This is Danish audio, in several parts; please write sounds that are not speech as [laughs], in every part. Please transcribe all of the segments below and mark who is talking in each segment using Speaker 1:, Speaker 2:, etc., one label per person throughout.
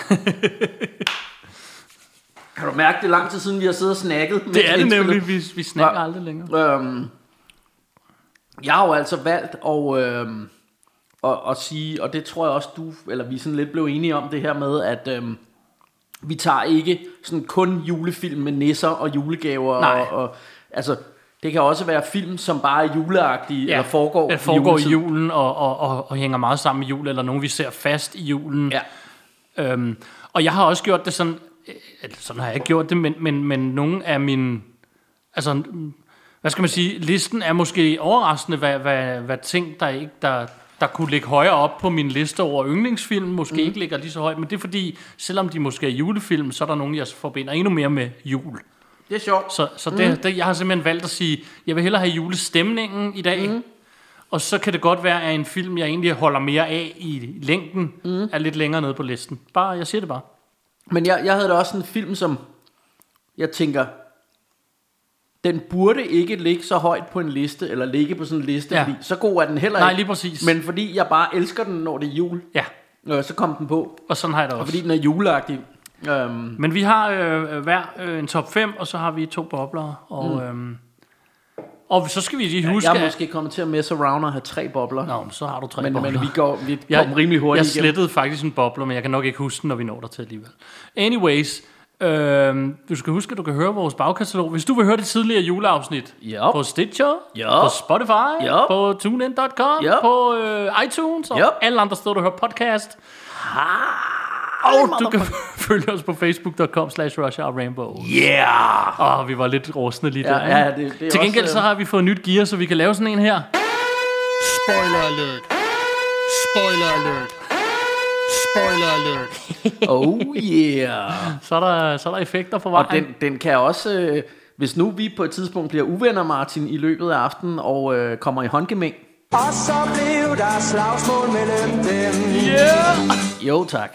Speaker 1: kan du mærke, det er lang tid siden, vi har siddet og snakket? mens
Speaker 2: Det er det
Speaker 1: indspillet?
Speaker 2: nemlig. Vi, vi snakker
Speaker 1: Ja.
Speaker 2: aldrig længere.
Speaker 1: Øhm, jeg har jo altså valgt at, øhm, at, at sige, og det tror jeg også du, eller vi sådan lidt blev enige om det her med, at øhm, vi tager ikke sådan kun julefilm med nisser og julegaver.
Speaker 2: Nej.
Speaker 1: Og, og, altså, det kan også være film, som bare er juleagtige, ja, eller foregår,
Speaker 2: det
Speaker 1: ved
Speaker 2: foregår i
Speaker 1: juletid.
Speaker 2: julen og, og, og, og hænger meget sammen med jul, eller nogen, vi ser fast i julen.
Speaker 1: Ja.
Speaker 2: Øhm, og jeg har også gjort det sådan, øh, eller sådan har jeg ikke gjort det, men, men, men nogle af mine, altså, mm, hvad skal man sige, listen er måske overraskende, hvad, hvad, hvad ting, der ikke, der, der kunne ligge højere op på min liste over yndlingsfilm, måske mm. ikke ligger lige så højt, men det er fordi, selvom de måske er julefilm, så er der nogen, jeg forbinder endnu mere med jul.
Speaker 1: Det er sjovt.
Speaker 2: Så, så det, mm. det, jeg har simpelthen valgt at sige, jeg vil hellere have julestemningen i dag, mm. og så kan det godt være, at en film, jeg egentlig holder mere af i længden, mm. er lidt længere nede på listen. Bare, jeg siger det bare.
Speaker 1: Men jeg, jeg havde da også en film, som jeg tænker, den burde ikke ligge så højt på en liste, eller ligge på sådan en liste,
Speaker 2: Ja.
Speaker 1: ja. fordi så god er den heller
Speaker 2: Nej,
Speaker 1: ikke.
Speaker 2: lige præcis.
Speaker 1: Men fordi jeg bare elsker den, når det er jul,
Speaker 2: Ja,
Speaker 1: øh, så kom den på,
Speaker 2: og sådan har jeg det også.
Speaker 1: fordi den er juleagtig. Øhm,
Speaker 2: Men vi har øh, hver øh, en top 5, og så har vi to bobler, og... Mm. Øh, og så skal vi lige huske,
Speaker 1: jeg er
Speaker 2: at...
Speaker 1: måske kommet til at messe around og have tre bobler,
Speaker 2: Nå, men så har du tre
Speaker 1: men,
Speaker 2: bobler.
Speaker 1: men vi går vi
Speaker 2: [laughs] Jeg-
Speaker 1: kom rimelig hurtigt
Speaker 2: Jeg
Speaker 1: igennem.
Speaker 2: slettede faktisk en bobler, men jeg kan nok ikke huske den, når vi når der til alligevel. Anyways, øh, du skal huske, at du kan høre vores bagkatalog. Hvis du vil høre det tidligere juleafsnit
Speaker 1: Ja.
Speaker 2: på Stitcher,
Speaker 1: Ja.
Speaker 2: på Spotify,
Speaker 1: Ja.
Speaker 2: på TuneIn.com,
Speaker 1: Ja.
Speaker 2: på øh, iTunes og
Speaker 1: Ja.
Speaker 2: alle andre steder, du hører podcast.
Speaker 1: Ah,
Speaker 2: Og du kan [laughs] følge os på facebook.com slash Russia Rainbow.
Speaker 1: Yeah!
Speaker 2: Åh, vi var lidt rustne lige der.
Speaker 1: ja,
Speaker 2: ikke?
Speaker 1: det- det er
Speaker 2: Til gengæld
Speaker 1: også,
Speaker 2: så
Speaker 1: øh,
Speaker 2: har vi fået nyt gear, så vi kan lave sådan en her.
Speaker 3: Spoiler alert. Spoiler alert.
Speaker 2: Spoiler alert.
Speaker 1: Oh yeah.
Speaker 2: Så er der, så er der effekter på
Speaker 1: Og
Speaker 2: vejen.
Speaker 1: den, den kan også, øh, hvis nu vi på et tidspunkt bliver uvenner, Martin, i løbet af aftenen og øh, kommer i håndgemæng.
Speaker 3: Og så blev der slagsmål mellem dem.
Speaker 2: [laughs]
Speaker 1: Jo tak.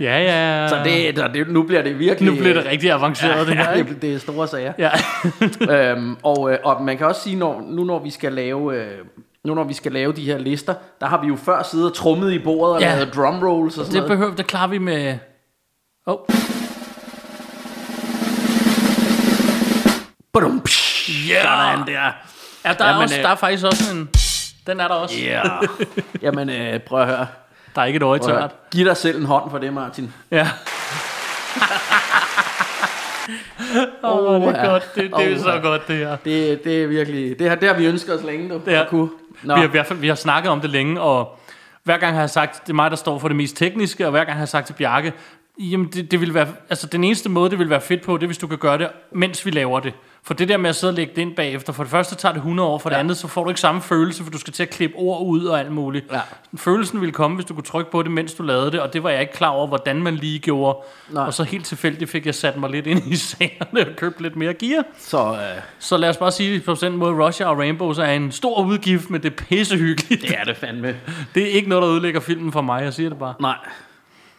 Speaker 2: Ja, ja.
Speaker 1: Så det, der, det, nu bliver det virkelig...
Speaker 2: nu bliver
Speaker 1: [laughs]
Speaker 2: det rigtig avanceret, ja, det her,
Speaker 1: ja,
Speaker 2: ikke?
Speaker 1: det, det er store sager.
Speaker 2: Ja.
Speaker 1: [laughs] øhm, og, øh, og man kan også sige, når, nu når vi skal lave... Øh, nu når vi skal lave de her lister, der har vi jo før siddet og trummet i bordet og
Speaker 2: Ja.
Speaker 1: ja. lavet drum rolls og sådan
Speaker 2: [laughs] det
Speaker 1: noget.
Speaker 2: behøver, det klarer vi med... Oh.
Speaker 1: Badum, psh,
Speaker 2: Yeah.
Speaker 1: Sådan
Speaker 2: Ja,
Speaker 1: der.
Speaker 2: der, ja, er
Speaker 1: Jamen,
Speaker 2: også,
Speaker 1: øh.
Speaker 2: der er faktisk også en... Den er der også. Yeah.
Speaker 1: Yeah. Jamen, øh, prøv at høre.
Speaker 2: Der er ikke et øje
Speaker 1: Prøv at høre.
Speaker 2: tørt.
Speaker 1: Giv dig selv en hånd for det, Martin.
Speaker 2: Ja. Åh, oh, det er
Speaker 1: ja.
Speaker 2: godt. Det, det er
Speaker 1: Åh,
Speaker 2: så
Speaker 1: ja.
Speaker 2: godt, det her.
Speaker 1: Det, det er virkelig... Det, her, det har vi ønsket os længe, du.
Speaker 2: Det har-
Speaker 1: at kunne. Nå.
Speaker 2: Vi har, i hvert fald, vi har snakket om det længe, og hver gang har jeg sagt, det er mig, der står for det mest tekniske, og hver gang har jeg sagt til Bjarke, jamen det, det vil være, altså den eneste måde, det vil være fedt på, det er, hvis du kan gøre det, mens vi laver det. For det der med at sidde og lægge det ind bagefter, for det første tager det 100 år, for det
Speaker 1: Ja.
Speaker 2: andet, så får du ikke samme følelse, for du skal til at klippe ord ud og alt muligt.
Speaker 1: Ja.
Speaker 2: Følelsen ville komme, hvis du kunne trykke på det, mens du lavede det, og det var jeg ikke klar over, hvordan man lige gjorde.
Speaker 1: Nej.
Speaker 2: Og så helt tilfældigt fik jeg sat mig lidt ind i [laughs] sagerne og købt lidt mere gear.
Speaker 1: Så øh,
Speaker 2: Så lad os bare sige på den måde, Russia og Rainbow så er en stor udgift, men det er pissehyggeligt.
Speaker 1: det er det fandme.
Speaker 2: [laughs] Det er ikke noget, der ødelægger filmen for mig, jeg siger det bare.
Speaker 1: Nej,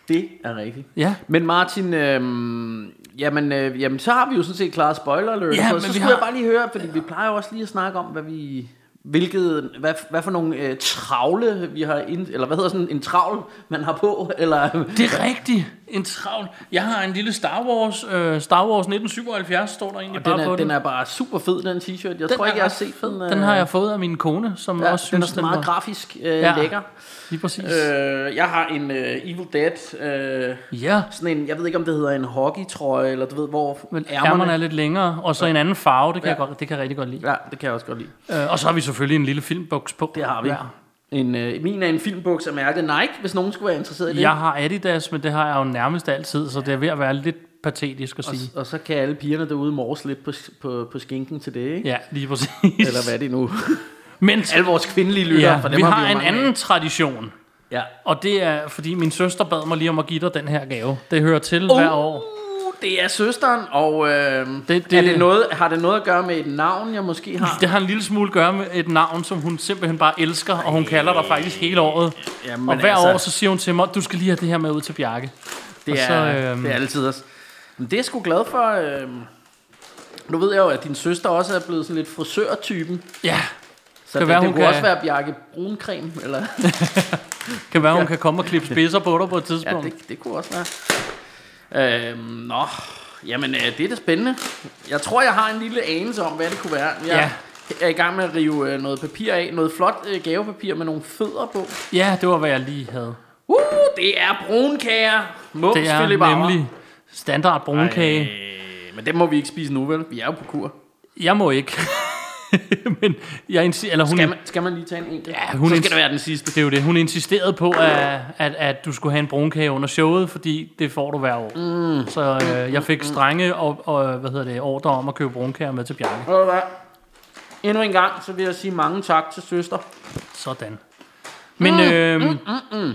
Speaker 1: det er rigtigt.
Speaker 2: Ja.
Speaker 1: Men Martin, øhm, jamen, øh, jamen, så har vi jo sådan set klaret spoiler alert.
Speaker 2: Ja,
Speaker 1: Ja, så,
Speaker 2: men
Speaker 1: så
Speaker 2: vi
Speaker 1: skulle
Speaker 2: har-
Speaker 1: har... jeg bare lige høre, fordi vi plejer jo også lige at snakke om, hvad vi... Hvilket, hvad, hvad for nogle øh, travle vi har ind, eller hvad hedder sådan en travl man har på eller
Speaker 2: Det er rigtigt. En travl. Jeg har en lille Star Wars, øh, Star Wars 1977, står der egentlig
Speaker 1: den
Speaker 2: bare
Speaker 1: er,
Speaker 2: på den.
Speaker 1: den er bare super fed den t-shirt. Jeg
Speaker 2: Den
Speaker 1: tror
Speaker 2: er
Speaker 1: ikke jeg har
Speaker 2: ret
Speaker 1: set den. øh,
Speaker 2: den har jeg fået af min kone, som
Speaker 1: ja,
Speaker 2: også
Speaker 1: den er
Speaker 2: synes,
Speaker 1: sådan meget
Speaker 2: var
Speaker 1: grafisk øh,
Speaker 2: Ja.
Speaker 1: ja. lækker.
Speaker 2: lige præcis. Øh,
Speaker 1: Øh, jeg har en øh, Evil Dead øh,
Speaker 2: ja,
Speaker 1: sådan en, jeg ved ikke om det hedder en hockeytrøje eller du ved hvor
Speaker 2: men ærmerne. er lidt længere, og så en anden farve, det kan,
Speaker 1: Ja.
Speaker 2: jeg, godt, det kan jeg rigtig godt lide.
Speaker 1: Ja, det kan jeg også godt lide.
Speaker 2: Øh, og så har vi selvfølgelig en lille filmboks på.
Speaker 1: Det har vi.
Speaker 2: Ja.
Speaker 1: En, øh, min er en filmbuks af mærket Nike, hvis nogen skulle være interesseret i det.
Speaker 2: Jeg har Adidas, men det har jeg jo nærmest altid, så det er ved at være lidt patetisk at
Speaker 1: Og,
Speaker 2: sige.
Speaker 1: og så kan alle pigerne derude morse lidt på, på, på skinken til det, ikke?
Speaker 2: Ja, lige præcis.
Speaker 1: Eller hvad er
Speaker 2: [laughs]
Speaker 1: det nu?
Speaker 2: Men
Speaker 1: alle vores kvindelige lyttere,
Speaker 2: ja,
Speaker 1: for dem
Speaker 2: vi
Speaker 1: har,
Speaker 2: har
Speaker 1: vi jo
Speaker 2: en
Speaker 1: mange
Speaker 2: anden
Speaker 1: Af.
Speaker 2: tradition.
Speaker 1: Ja.
Speaker 2: Og det er, fordi min søster bad mig lige om at give dig den her gave. Det hører til
Speaker 1: Uh,
Speaker 2: hver år.
Speaker 1: Det er søsteren, og øh,
Speaker 2: Det-
Speaker 1: det,
Speaker 2: det-
Speaker 1: det, er det noget, har det noget at gøre med et navn, jeg måske har?
Speaker 2: Det har en lille smule at gøre med et navn, som hun simpelthen bare elsker, og hun kalder dig faktisk hele året.
Speaker 1: Jamen,
Speaker 2: og hver
Speaker 1: altså.
Speaker 2: år, så siger hun til mig, du skal lige have det her med ud til Bjarke. og
Speaker 1: Det er,
Speaker 2: så,
Speaker 1: så,
Speaker 2: øhm,
Speaker 1: øh, det er altid også. Men det er jeg sgu glad for. Øh, nu ved jeg jo, at din søster også er blevet sådan lidt frisørtypen.
Speaker 2: Ja,
Speaker 1: Så
Speaker 2: Kan
Speaker 1: det,
Speaker 2: være,
Speaker 1: det
Speaker 2: hun
Speaker 1: kunne
Speaker 2: kan-
Speaker 1: også være Bjarke Bruncreme, eller...
Speaker 2: kan være, hun kan komme og klippe spidser på dig på et
Speaker 1: Ja,
Speaker 2: tidspunkt.
Speaker 1: det, det kunne også være. Øhm, nå, jamen øh, det er da spændende. Jeg tror, jeg har en lille anelse om, hvad det kunne være. Jeg er i gang med at rive øh, noget papir af. Noget flot øh, gavepapir med nogle fødder på.
Speaker 2: ja, det var, hvad jeg lige havde.
Speaker 1: Uh, det er brunkager. Mums,
Speaker 2: Det er
Speaker 1: Philip Auer.
Speaker 2: nemlig standard brunkage.
Speaker 1: Øh, men det må vi ikke spise nu, vel? Vi er jo på kur.
Speaker 2: Jeg må ikke. [laughs] Men jeg insi- eller hun,
Speaker 1: Skal man, skal man lige tage en enkelt? Ja,
Speaker 2: hun
Speaker 1: Så
Speaker 2: er-
Speaker 1: skal det være den sidste.
Speaker 2: Det er jo det. Hun insisterede på, at, at, at du skulle have en brunkage under showet, fordi det får du hver år. Mm. Så øh, jeg fik strenge og, og hvad hedder det, ordre om at købe brunkager med til Bjarke.
Speaker 1: Ved du hvad? Endnu en gang, så vil jeg sige mange tak til søster.
Speaker 2: Sådan. Men øh,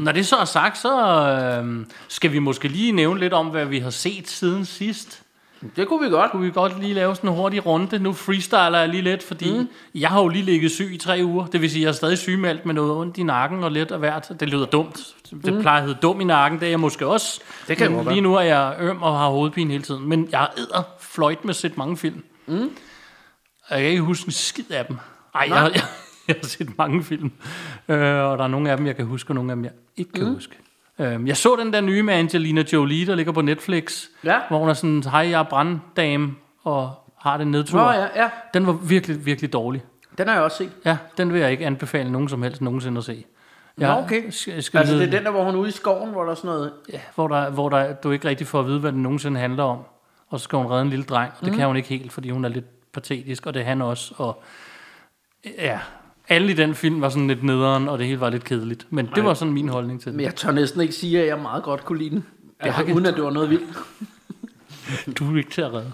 Speaker 2: når det så er sagt, så øh, skal vi måske lige nævne lidt om, hvad vi har set siden sidst.
Speaker 1: Det kunne vi godt.
Speaker 2: Kunne vi godt lige lave sådan en hurtig runde? Nu freestyler jeg lige lidt, fordi mm. jeg har jo lige ligget syg i tre uger. Det vil sige, at jeg er stadig sygemeldt med noget ondt i nakken og lidt af hvert. Det lyder dumt. Det plejer at hedde dum i nakken, det er jeg måske også.
Speaker 1: Mm. Det kan
Speaker 2: Men
Speaker 1: jo godt
Speaker 2: Lige nu er jeg øm og har hovedpine hele tiden. Men jeg æder fløjt med at set mange film. Mm. Jeg kan ikke huske en skid af dem. Ej, jeg, [laughs] jeg, jeg har set mange film. Øh, og der er nogle af dem, jeg kan huske, og nogle af dem, jeg ikke kan mm. huske. Øh, jeg så den der nye med Angelina Jolie, der ligger på Netflix.
Speaker 1: Ja.
Speaker 2: Hvor hun er sådan, hej, jeg er branddame, og har det nedtur.
Speaker 1: Nå ja, ja.
Speaker 2: Den var virkelig, virkelig dårlig.
Speaker 1: Den har jeg også set.
Speaker 2: Ja, den vil jeg ikke anbefale nogen som helst nogensinde at se.
Speaker 1: Nå,
Speaker 2: Jeg
Speaker 1: okay.
Speaker 2: Skal, skal
Speaker 1: Altså,
Speaker 2: altså,
Speaker 1: det er
Speaker 2: vide,
Speaker 1: den der, hvor hun er ude i skoven, hvor der er sådan noget...
Speaker 2: ja, hvor, der, hvor der, du ikke rigtig får at vide, hvad den nogensinde handler om. Og så skal hun redde en lille dreng, og det mm. kan hun ikke helt, fordi hun er lidt patetisk, og det er han også. Og, ja, alle i den film var sådan lidt nederen, og det hele var lidt kedeligt. Men det var sådan min holdning til
Speaker 1: Men
Speaker 2: det.
Speaker 1: jeg tør næsten ikke sige, at jeg meget godt kunne lide den. Altså,
Speaker 2: kan-
Speaker 1: uden at det var
Speaker 2: [laughs]
Speaker 1: noget vildt.
Speaker 2: Du er ikke til at redde.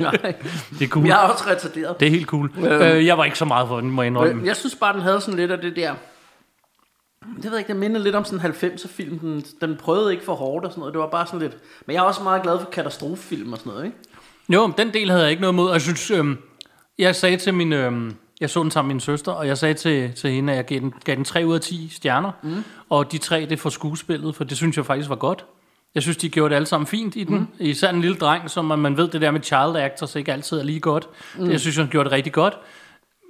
Speaker 1: Nej.
Speaker 2: Det er cool.
Speaker 1: Jeg Øhm. er også retarderet.
Speaker 2: Det er helt cool. Øh, jeg var ikke så meget for den, må jeg indrømme.
Speaker 1: Øh, Jeg synes bare, den havde sådan lidt af det der... det ved jeg ikke, det minder lidt om sådan en 90'er film. Den, den prøvede ikke for hårdt og sådan noget. Det var bare sådan lidt... Men jeg er også meget glad for katastrofefilm og sådan noget, ikke?
Speaker 2: Jo, men den del havde jeg ikke noget mod. Og jeg synes, øhm, jeg sagde til min... Øhm, jeg så den sammen med min søster, og jeg sagde til, til hende, at jeg gav den, gav den 3 ud af 10 stjerner. Mm. Og de tre, det er for skuespillet, for det synes jeg faktisk var godt. Jeg synes, de gjorde det alle sammen fint i den. Mm. Især en lille dreng, som man- man ved, det der med child actors ikke altid er lige godt. Mm. Jeg synes, han gjorde det rigtig godt.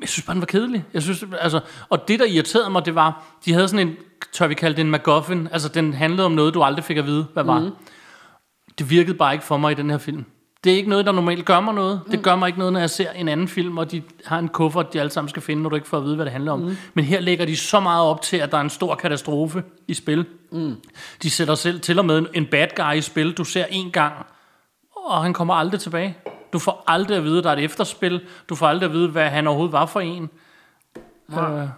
Speaker 2: Jeg synes bare, den var kedelig. Jeg synes, altså, og det, der irriterede mig, det var, de havde sådan en, tør vi kalde det en MacGuffin. Altså, den handlede om noget, du aldrig fik at vide, hvad var. Mm. Det virkede bare ikke for mig i den her film. Det er ikke noget, der normalt gør mig noget. Det gør mig ikke noget, når jeg ser en anden film, og de har en kuffert, de alle sammen skal finde, når du ikke får at vide, hvad det handler om. Mm. Men her lægger de så meget op til, at der er en stor katastrofe i spil. Mm. De sætter selv til og med en- en bad guy i spil, du ser en gang, og han kommer aldrig tilbage. Du får aldrig at vide, at der er et efterspil. Du får aldrig at vide, hvad han overhovedet var for en. Øh,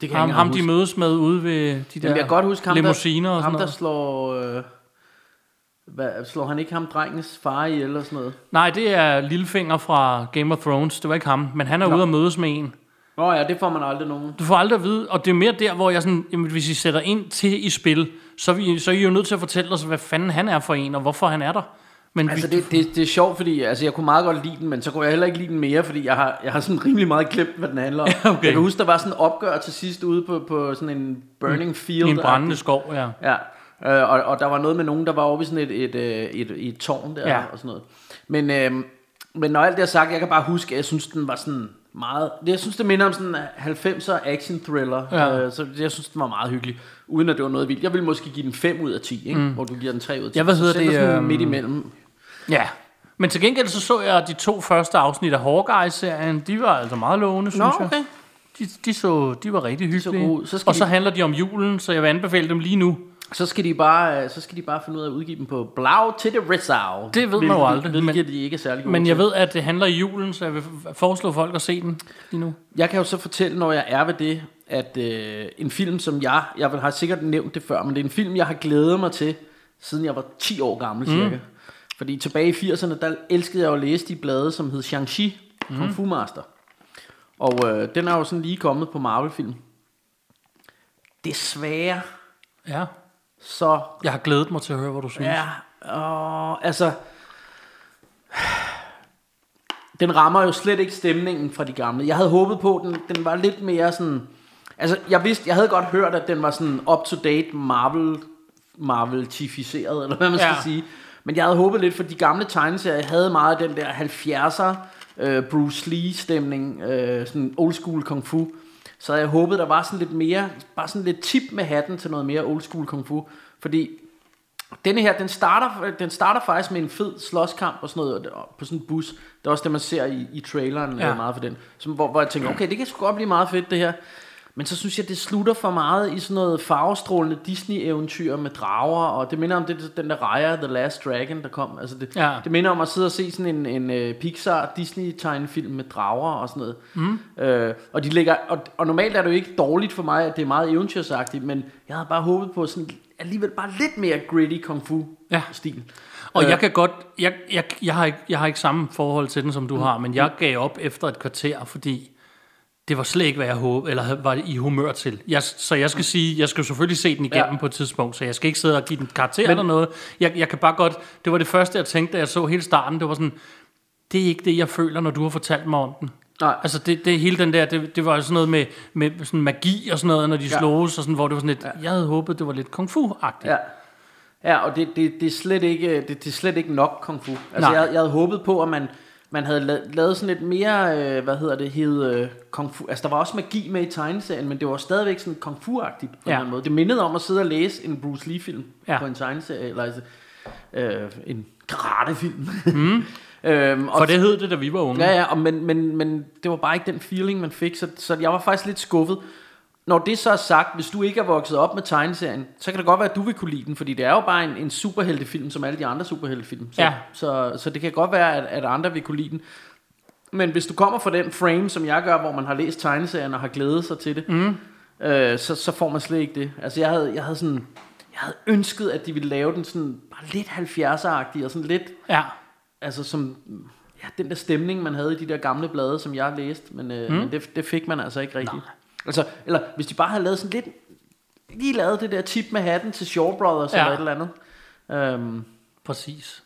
Speaker 1: Det
Speaker 2: Ham, ham de mødes med ude ved de der
Speaker 1: Jamen, jeg kan godt huske ham,
Speaker 2: limousiner
Speaker 1: der,
Speaker 2: og sådan
Speaker 1: ham, der
Speaker 2: noget.
Speaker 1: slår... Øh, hvad, slår han ikke ham drengens far ihjel eller sådan noget?
Speaker 2: Nej, det er Lillefinger fra Game of Thrones. Det var ikke ham, men han er ude og mødes med en.
Speaker 1: Nå ja, det får man aldrig nogen.
Speaker 2: Du får aldrig at vide, og det er mere der, hvor jeg sådan, jamen, hvis I sætter ind til i spil, så er, vi, så er I jo nødt til at fortælle os, hvad fanden han er for en, og hvorfor han er der. Men
Speaker 1: Altså,
Speaker 2: vi,
Speaker 1: det, det, det er sjovt, fordi altså, jeg kunne meget godt lide den, men så kunne jeg heller ikke lide den mere, fordi jeg har, jeg har sådan rimelig meget glemt, hvad den
Speaker 2: [laughs]
Speaker 1: handler om.
Speaker 2: okay.
Speaker 1: Jeg kan huske, der var sådan en opgør til sidst ude på, på sådan en burning field.
Speaker 2: i en brændende skov, ja.
Speaker 1: Ja, øh, og, og der var noget med nogen, der var oppe i sådan et, et, øh, et, et, et tårn der
Speaker 2: Ja.
Speaker 1: ja. og sådan noget. Men, øh, men når alt det er sagt, jeg kan bare huske, at jeg synes, den var sådan meget... Jeg synes, det minder om sådan en 90'er action thriller,
Speaker 2: Ja.
Speaker 1: ja. øh, så jeg synes, den var meget hyggelig, uden at det var noget vildt. Jeg ville måske give den 5 ud af 10, ikke? Mm. hvor du giver den 3 ud af 10.
Speaker 2: Ja, hvad
Speaker 1: Så
Speaker 2: hedder
Speaker 1: sætter
Speaker 2: det,
Speaker 1: Sådan
Speaker 2: øhm,
Speaker 1: midt imellem.
Speaker 2: ja. Men til gengæld så så jeg de to første afsnit af Hawkeye-serien. De var altså meget lovende, synes jeg.
Speaker 1: okay.
Speaker 2: De, de, så, de var rigtig
Speaker 1: så
Speaker 2: hyggelige.
Speaker 1: gode ud. Så skal
Speaker 2: og så
Speaker 1: de-
Speaker 2: handler de om julen, så jeg vil anbefale dem lige nu.
Speaker 1: Så skal, de bare, øh, så skal de bare finde ud af at udgive dem på Blau til det Ritzau.
Speaker 2: Det ved man jo aldrig, men-
Speaker 1: Hvilket men, de ikke er særlig gode
Speaker 2: Men jeg
Speaker 1: til.
Speaker 2: ved, at det handler i julen, så jeg vil f- foreslå folk at se den lige nu.
Speaker 1: Jeg kan jo så fortælle, når jeg er ved det, at øh, en film, som jeg, jeg har sikkert nævnt det før, men det er en film, jeg har glædet mig til, siden jeg var 10 år gammel cirka. Fordi tilbage i 80'erne, der elskede jeg jo at læse de blade, som hed Shang-Chi, mm. Kung Fu Master. Og øh, den er jo sådan lige kommet på Marvel-film. Desværre,
Speaker 2: Ja.
Speaker 1: så
Speaker 2: Jeg har glædet mig til at høre, hvad du synes.
Speaker 1: Ja, og altså... Den rammer jo slet ikke stemningen fra de gamle. Jeg havde håbet på, at den, den var lidt mere sådan... Altså, jeg vidste, jeg havde godt hørt, at den var sådan up-to-date Marvel, Marvel-tificeret, eller hvad man skal
Speaker 2: Ja.
Speaker 1: ja. sige. Men jeg havde håbet lidt, for de gamle tegneserier havde meget den der 70'er øh, Bruce Lee-stemning, øh, sådan old school kung fu. Så jeg håbede, der var sådan lidt mere, bare sådan lidt tip med hatten til noget mere old school kung fu. Fordi denne her, den starter, den starter faktisk med en fed slåskamp og sådan noget og på sådan en bus. Det er også det, man ser i, i traileren
Speaker 2: Ja.
Speaker 1: ja. meget for den. Som, hvor, hvor jeg tænker, okay, det kan sgu godt blive meget fedt det her. Men så synes jeg, det slutter for meget i sådan noget farvestrålende Disney-eventyr med drager, og det minder om det, den der Raya, The Last Dragon, der kom. Altså det,
Speaker 2: Ja.
Speaker 1: ja. det minder om at sidde og se sådan en, en øh, Pixar Disney-tegnefilm med drager og sådan noget. Mm. Øh, og, de ligger, og, og normalt er det jo ikke dårligt for mig, at det er meget eventyrsagtigt, men jeg havde bare håbet på sådan alligevel bare lidt mere gritty kung
Speaker 2: Ja.
Speaker 1: fu-stil.
Speaker 2: Og
Speaker 1: Øh.
Speaker 2: jeg kan godt, jeg, jeg, jeg, har ikke, jeg har ikke samme forhold til den, som
Speaker 1: Mm.
Speaker 2: du har, men jeg gav op efter et kvarter, fordi det var slet ikke, hvad jeg håbede, eller havde- var i humør til. Jeg, så jeg skal sige, jeg skal jo selvfølgelig se den igennem ja.
Speaker 1: Mm. Ja.
Speaker 2: på et tidspunkt, så jeg skal ikke sidde og give den karakter eller noget. Jeg, jeg kan bare godt, det var det første, jeg tænkte, da jeg så hele starten, det var sådan, det er ikke det, jeg føler, når du har fortalt mig om den.
Speaker 1: Nej.
Speaker 2: Altså det, det hele den der, det, det var jo sådan noget med, med sådan magi og sådan noget, når de ja.
Speaker 1: Ja.
Speaker 2: sloges, og sådan, hvor det var sådan lidt, jeg havde håbet, det var lidt kung fu-agtigt.
Speaker 1: Ja. Ja, og det, det, det, er slet ikke, det, det er slet ikke nok kung fu. Altså,
Speaker 2: Nej.
Speaker 1: jeg, jeg havde håbet på, at man, man havde la- lavet sådan lidt mere, øh, hvad hedder det, hed øh, kung fu. Altså, der var også magi med i tegneserien, men det var stadigvæk sådan kung fu-agtigt på
Speaker 2: Ja.
Speaker 1: ja. en eller anden måde. Det mindede om at sidde og læse en Bruce Lee-film
Speaker 2: Ja.
Speaker 1: ja. på en tegneserie, eller altså, øh, en karate-film. Mm. [laughs] øhm, og
Speaker 2: For det hed det, da vi var unge.
Speaker 1: Ja, ja, og men, men, men det var bare ikke den feeling, man fik, så, så jeg var faktisk lidt skuffet. Når det så er sagt, hvis du ikke er vokset op med tegneserien, så kan det godt være, at du vil kunne lide den, fordi det er jo bare en, en superheltefilm, som alle de andre superheltefilm. Så,
Speaker 2: Ja.
Speaker 1: så, så det kan godt være, at, at andre vil kunne lide den. Men hvis du kommer fra den frame, som jeg gør, hvor man har læst tegneserien og har glædet sig til det, mm. øh, så, så får man slet ikke det. Altså jeg havde, jeg havde sådan... Jeg havde ønsket, at de ville lave den sådan bare lidt 70'er-agtig og sådan lidt
Speaker 2: ja.
Speaker 1: altså som ja, den der stemning, man havde i de der gamle blade, som jeg læste, men, øh, mm. men det, det fik man altså ikke rigtigt. Altså, eller hvis de bare havde lavet sådan lidt lige lavet det der tip med hatten til Shaw Brothers
Speaker 2: Ja.
Speaker 1: ja. eller et eller andet. Øhm,
Speaker 2: Præcis.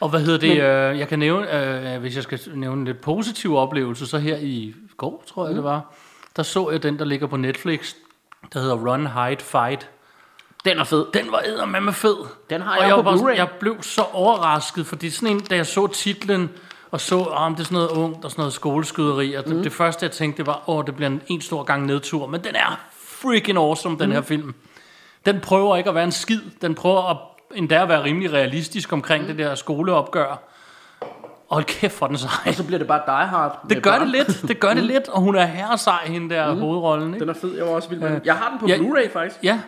Speaker 2: Og hvad hedder det? Men, øh, jeg kan nævne, øh, hvis jeg skal nævne en lidt positiv oplevelse, så her i går, tror jeg mm. det var, der så jeg den, der ligger på Netflix, der hedder Run, Hide, Fight.
Speaker 1: den er fed.
Speaker 2: Den var eddermame fed.
Speaker 1: Den har
Speaker 2: og
Speaker 1: jeg
Speaker 2: jeg,
Speaker 1: på
Speaker 2: var sådan,
Speaker 1: Blu-ray.
Speaker 2: jeg blev så overrasket, fordi sådan en, da jeg så titlen, og så, om det er sådan noget ungt og sådan noget skoleskyderi, og det, mm. det første jeg tænkte, det var, åh, det bliver en, en stor gang nedtur, men den er freaking awesome, den mm. her film. Den prøver ikke at være en skid, den prøver at endda at være rimelig realistisk omkring mm. det der skoleopgør. Hold kæft for den sej.
Speaker 1: Og så bliver det bare Die Hard. med
Speaker 2: Det gør
Speaker 1: børn.
Speaker 2: det lidt, det gør det lidt, og hun er herresej, hende der mm. hovedrollen, ikke?
Speaker 1: Den er fed, jeg var også vild med den. Jeg har den på
Speaker 2: Ja.
Speaker 1: Blu-ray faktisk.
Speaker 2: Ja,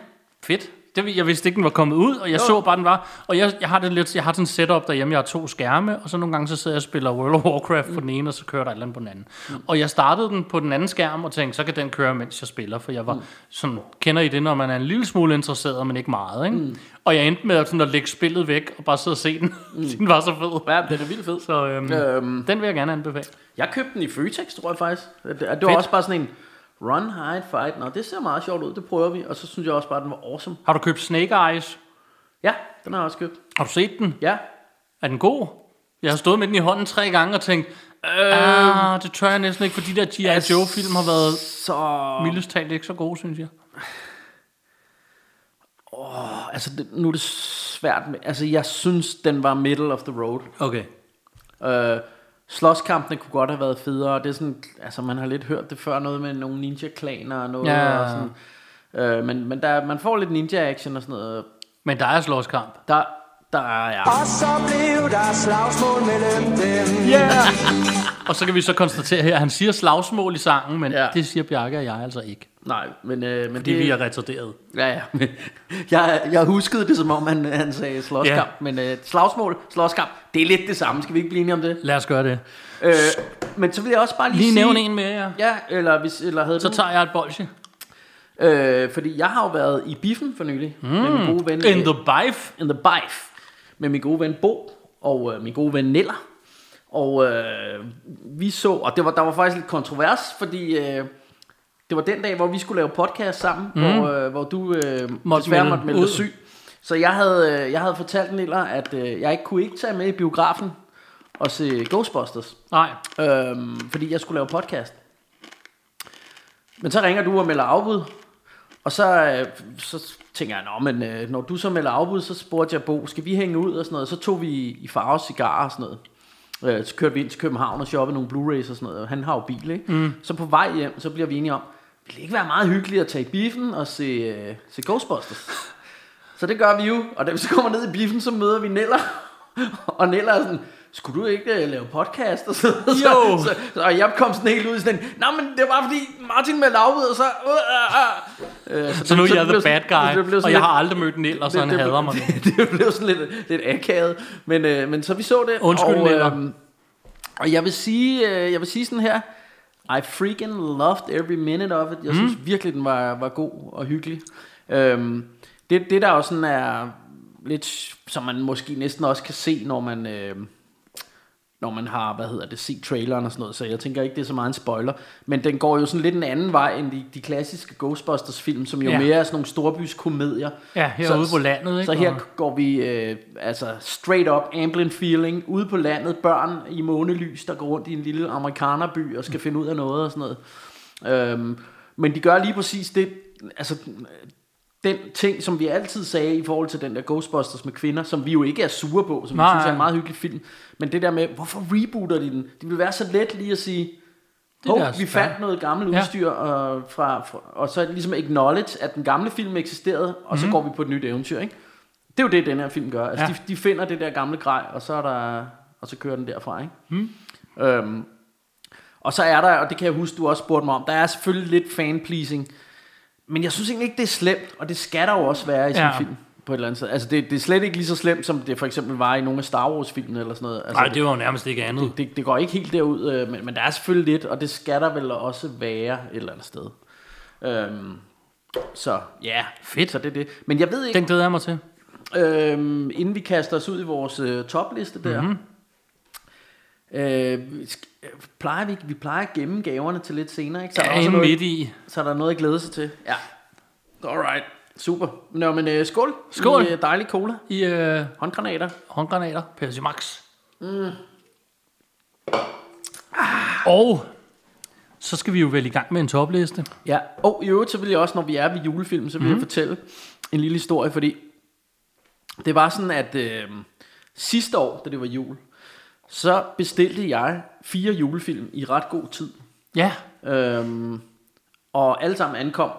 Speaker 2: fedt. Det, vi- jeg vidste ikke, den var kommet ud, og jeg jo. så bare, den var. Og jeg, jeg har det lidt, jeg har sådan et setup derhjemme, jeg har to skærme, og så nogle gange så sidder jeg og spiller World of Warcraft mm. på den ene, og så kører der et eller andet på den anden. Mm. Og jeg startede den på den anden skærm og tænkte, så kan den køre, mens jeg spiller, for jeg var mm. sådan, kender I det, når man er en lille smule interesseret, men ikke meget, ikke? Mm. Og jeg endte med at, sådan, at lægge spillet væk og bare sidde og se den. Mm. [laughs] den var så fed.
Speaker 1: Ja, den er vildt fed.
Speaker 2: Så øhm,
Speaker 1: Øhm.
Speaker 2: øhm. den vil jeg gerne anbefale.
Speaker 1: Jeg købte den i Føtex, tror jeg faktisk. Det, det var
Speaker 2: Fedt.
Speaker 1: også bare sådan en run, hide, fight. Nå, det ser meget sjovt ud, det prøver vi. Og så synes jeg også bare, at den var awesome.
Speaker 2: Har du købt Snake Eyes?
Speaker 1: Ja, den har jeg også købt.
Speaker 2: Har du set den?
Speaker 1: Ja,
Speaker 2: Er den god? Jeg har stået med den i hånden tre gange og tænkt, øh, ah, det tør jeg næsten ikke, for de der G.I. Joe-film har været
Speaker 1: så...
Speaker 2: mildest talt ikke så gode, synes jeg.
Speaker 1: Altså, det, nu er det svært med... Altså, jeg synes, den var middle of the road.
Speaker 2: Okay.
Speaker 1: Øh, slåskampene kunne godt have været federe. Det er sådan, altså man har lidt hørt det før, noget med nogle ninja-klaner og noget.
Speaker 2: Ja.
Speaker 1: Og sådan. Øh, men men der, man får lidt ninja-action og sådan noget.
Speaker 2: Men der er altså slåskamp.
Speaker 1: Der, der er... Ja.
Speaker 3: Og så blev der slagsmål mellem dem.
Speaker 2: Og så kan vi så konstatere her, at han siger slagsmål i sangen, men
Speaker 1: Ja.
Speaker 2: ja. det siger Bjarke og jeg altså ikke.
Speaker 1: Nej, men, øh, men
Speaker 2: Fordi
Speaker 1: det...
Speaker 2: vi er retarderet.
Speaker 1: Ja, ja. [laughs] men Jeg, jeg huskede det, som om han, han sagde slåskamp.
Speaker 2: Ja.
Speaker 1: Men øh, slagsmål, slåskamp, det er lidt det samme. Skal vi ikke blive enige om det?
Speaker 2: Lad os gøre det.
Speaker 1: Øh, men så vil jeg også bare lige,
Speaker 2: Lige
Speaker 1: sige...
Speaker 2: nævne en mere, ja.
Speaker 1: Ja, eller, hvis, eller havde
Speaker 2: Så
Speaker 1: du...
Speaker 2: tager jeg et bolsje.
Speaker 1: Øh, fordi jeg har jo været i biffen for nylig mm. med min gode ven øh,
Speaker 2: In the bife.
Speaker 1: in the Bife med min gode ven Bo og øh, min gode ven Neller. Og øh, vi så, og det var, der var faktisk lidt kontrovers, fordi øh, det var den dag, hvor vi skulle lave podcast sammen, mm. hvor, øh, hvor du øh,
Speaker 2: Måtte
Speaker 1: desværre
Speaker 2: melde
Speaker 1: måtte melde dig
Speaker 2: ud.
Speaker 1: syg. Så jeg havde, øh, jeg havde fortalt Neller, at øh, jeg ikke kunne ikke tage med i biografen og se Ghostbusters.
Speaker 2: Nej.
Speaker 1: Øhm, fordi jeg skulle lave podcast. Men så ringer du og melder afbud. Og så, øh, så tænker jeg, Nå, men øh, når du så melder afbud, så spurgte jeg Bo, skal vi hænge ud og sådan noget? Så tog vi i farve cigarer og sådan noget. Øh, så kørte vi ind til København og shoppede nogle Blu-rays og sådan noget. Han har jo bil, ikke? Mm. Så på vej hjem, så bliver vi enige om, vil det ikke være meget hyggeligt at tage i biffen og se, øh, se Ghostbusters? Så det gør vi jo, og da vi så kommer ned i biffen, så møder vi Neller. Og Neller er sådan, skulle du ikke øh, lave podcast? Og, så, jo. Så, så, så, og jeg kom sådan helt ud i sådan en, nej, men det var fordi Martin meldte afbud, og så... Øh, øh, øh. Øh,
Speaker 2: Så nu er
Speaker 1: det-
Speaker 2: jeg
Speaker 1: det blev
Speaker 2: the bad
Speaker 1: sådan-
Speaker 2: guy,
Speaker 1: det blev sådan
Speaker 2: og jeg
Speaker 1: lidt-
Speaker 2: har aldrig mødt Niel, og så han
Speaker 1: det,
Speaker 2: hader
Speaker 1: blev-
Speaker 2: mig. nu.
Speaker 1: [laughs] Det, det blev sådan lidt, lidt akavet. Men, øh, men så vi så det.
Speaker 2: Undskyld,
Speaker 1: og,
Speaker 2: Neller.
Speaker 1: øhm, og jeg vil sige, øh, jeg vil sige sådan her. I freaking loved every minute of it.
Speaker 2: Mm.
Speaker 1: Jeg synes virkelig, den var, var god og hyggelig. Øhm, det, det der jo sådan er lidt, som man måske næsten også kan se, når man... Øh, når man har, hvad hedder det, set traileren og sådan noget, så jeg tænker ikke, det er så meget en spoiler. Men den går jo sådan lidt en anden vej end de, de klassiske Ghostbusters-film, som jo
Speaker 2: Ja.
Speaker 1: mere er sådan nogle storbyskomedier.
Speaker 2: Ja, herude på landet, ikke?
Speaker 1: Så her
Speaker 2: Og-
Speaker 1: går vi øh, altså straight up Amblin feeling ude på landet, børn i månelys, der går rundt i en lille amerikanerby og skal finde ud af noget og sådan noget. Øhm, men de gør lige præcis det, altså den ting, som vi altid sagde i forhold til den der Ghostbusters med kvinder, som vi jo ikke er sure på, som vi
Speaker 2: Nej.
Speaker 1: synes er en meget hyggelig film, men det der med, hvorfor rebooter de den? Det ville være så let lige at sige,
Speaker 2: er
Speaker 1: Hov,
Speaker 2: deres
Speaker 1: vi
Speaker 2: fejl."
Speaker 1: fandt noget gammelt
Speaker 2: Ja.
Speaker 1: udstyr, og, fra, fra, og så ligesom acknowledge, at den gamle film eksisterede, og så går vi på et nyt eventyr, ikke? Det er jo det, den her film gør. Altså, ja.
Speaker 2: Mhm. Ja.
Speaker 1: de, de finder det der gamle grej, og så, er der, og så kører den derfra, ikke?
Speaker 2: Mhm.
Speaker 1: Mm. Øhm, og så er der, og det kan jeg huske, du også spurgte mig om, der er selvfølgelig lidt fan-pleasing, men jeg synes egentlig ikke, det er slemt, og det skal der jo også være i sådan en
Speaker 2: Ja.
Speaker 1: film på et eller andet sted. Altså, det, det er slet ikke lige så slemt, som det for eksempel var i nogle af Star Wars-filmene eller sådan noget. Altså,
Speaker 2: Nej, det var jo nærmest ikke andet.
Speaker 1: det, det går ikke helt derud, øh, men, men der er selvfølgelig lidt, og det skal der vel også være et eller andet sted. Øhm, så ja, yeah,
Speaker 2: Fedt.
Speaker 1: Så det er det. Men jeg ved ikke,
Speaker 2: Den glæder jeg mig til.
Speaker 1: øhm, inden vi kaster os ud i vores øh, topliste der,
Speaker 2: Mhm.
Speaker 1: mm-hmm. øh, sk- øh, plejer vi, vi plejer at gemme gaverne til lidt senere, ikke? Så, er der
Speaker 2: Ja,
Speaker 1: også
Speaker 2: inde
Speaker 1: noget,
Speaker 2: midt i.
Speaker 1: så er der noget at glæde sig til. Ja. Alright. Super. Nå, men øh, skål.
Speaker 2: Skål.
Speaker 1: I, øh, dejlig cola.
Speaker 2: I øh,
Speaker 1: Håndgranater.
Speaker 2: håndgranater, Pepsi Max. Mm. Og så skal vi jo vel i gang med en topliste.
Speaker 1: Ja, og i øvrigt så vil jeg også, når vi er ved julefilm, så vil mm. jeg fortælle en lille historie, fordi det var sådan, at øh, sidste år, da det var jul, så bestilte jeg fire julefilm i ret god tid.
Speaker 2: Ja,
Speaker 1: Øhm, og alle sammen ankom,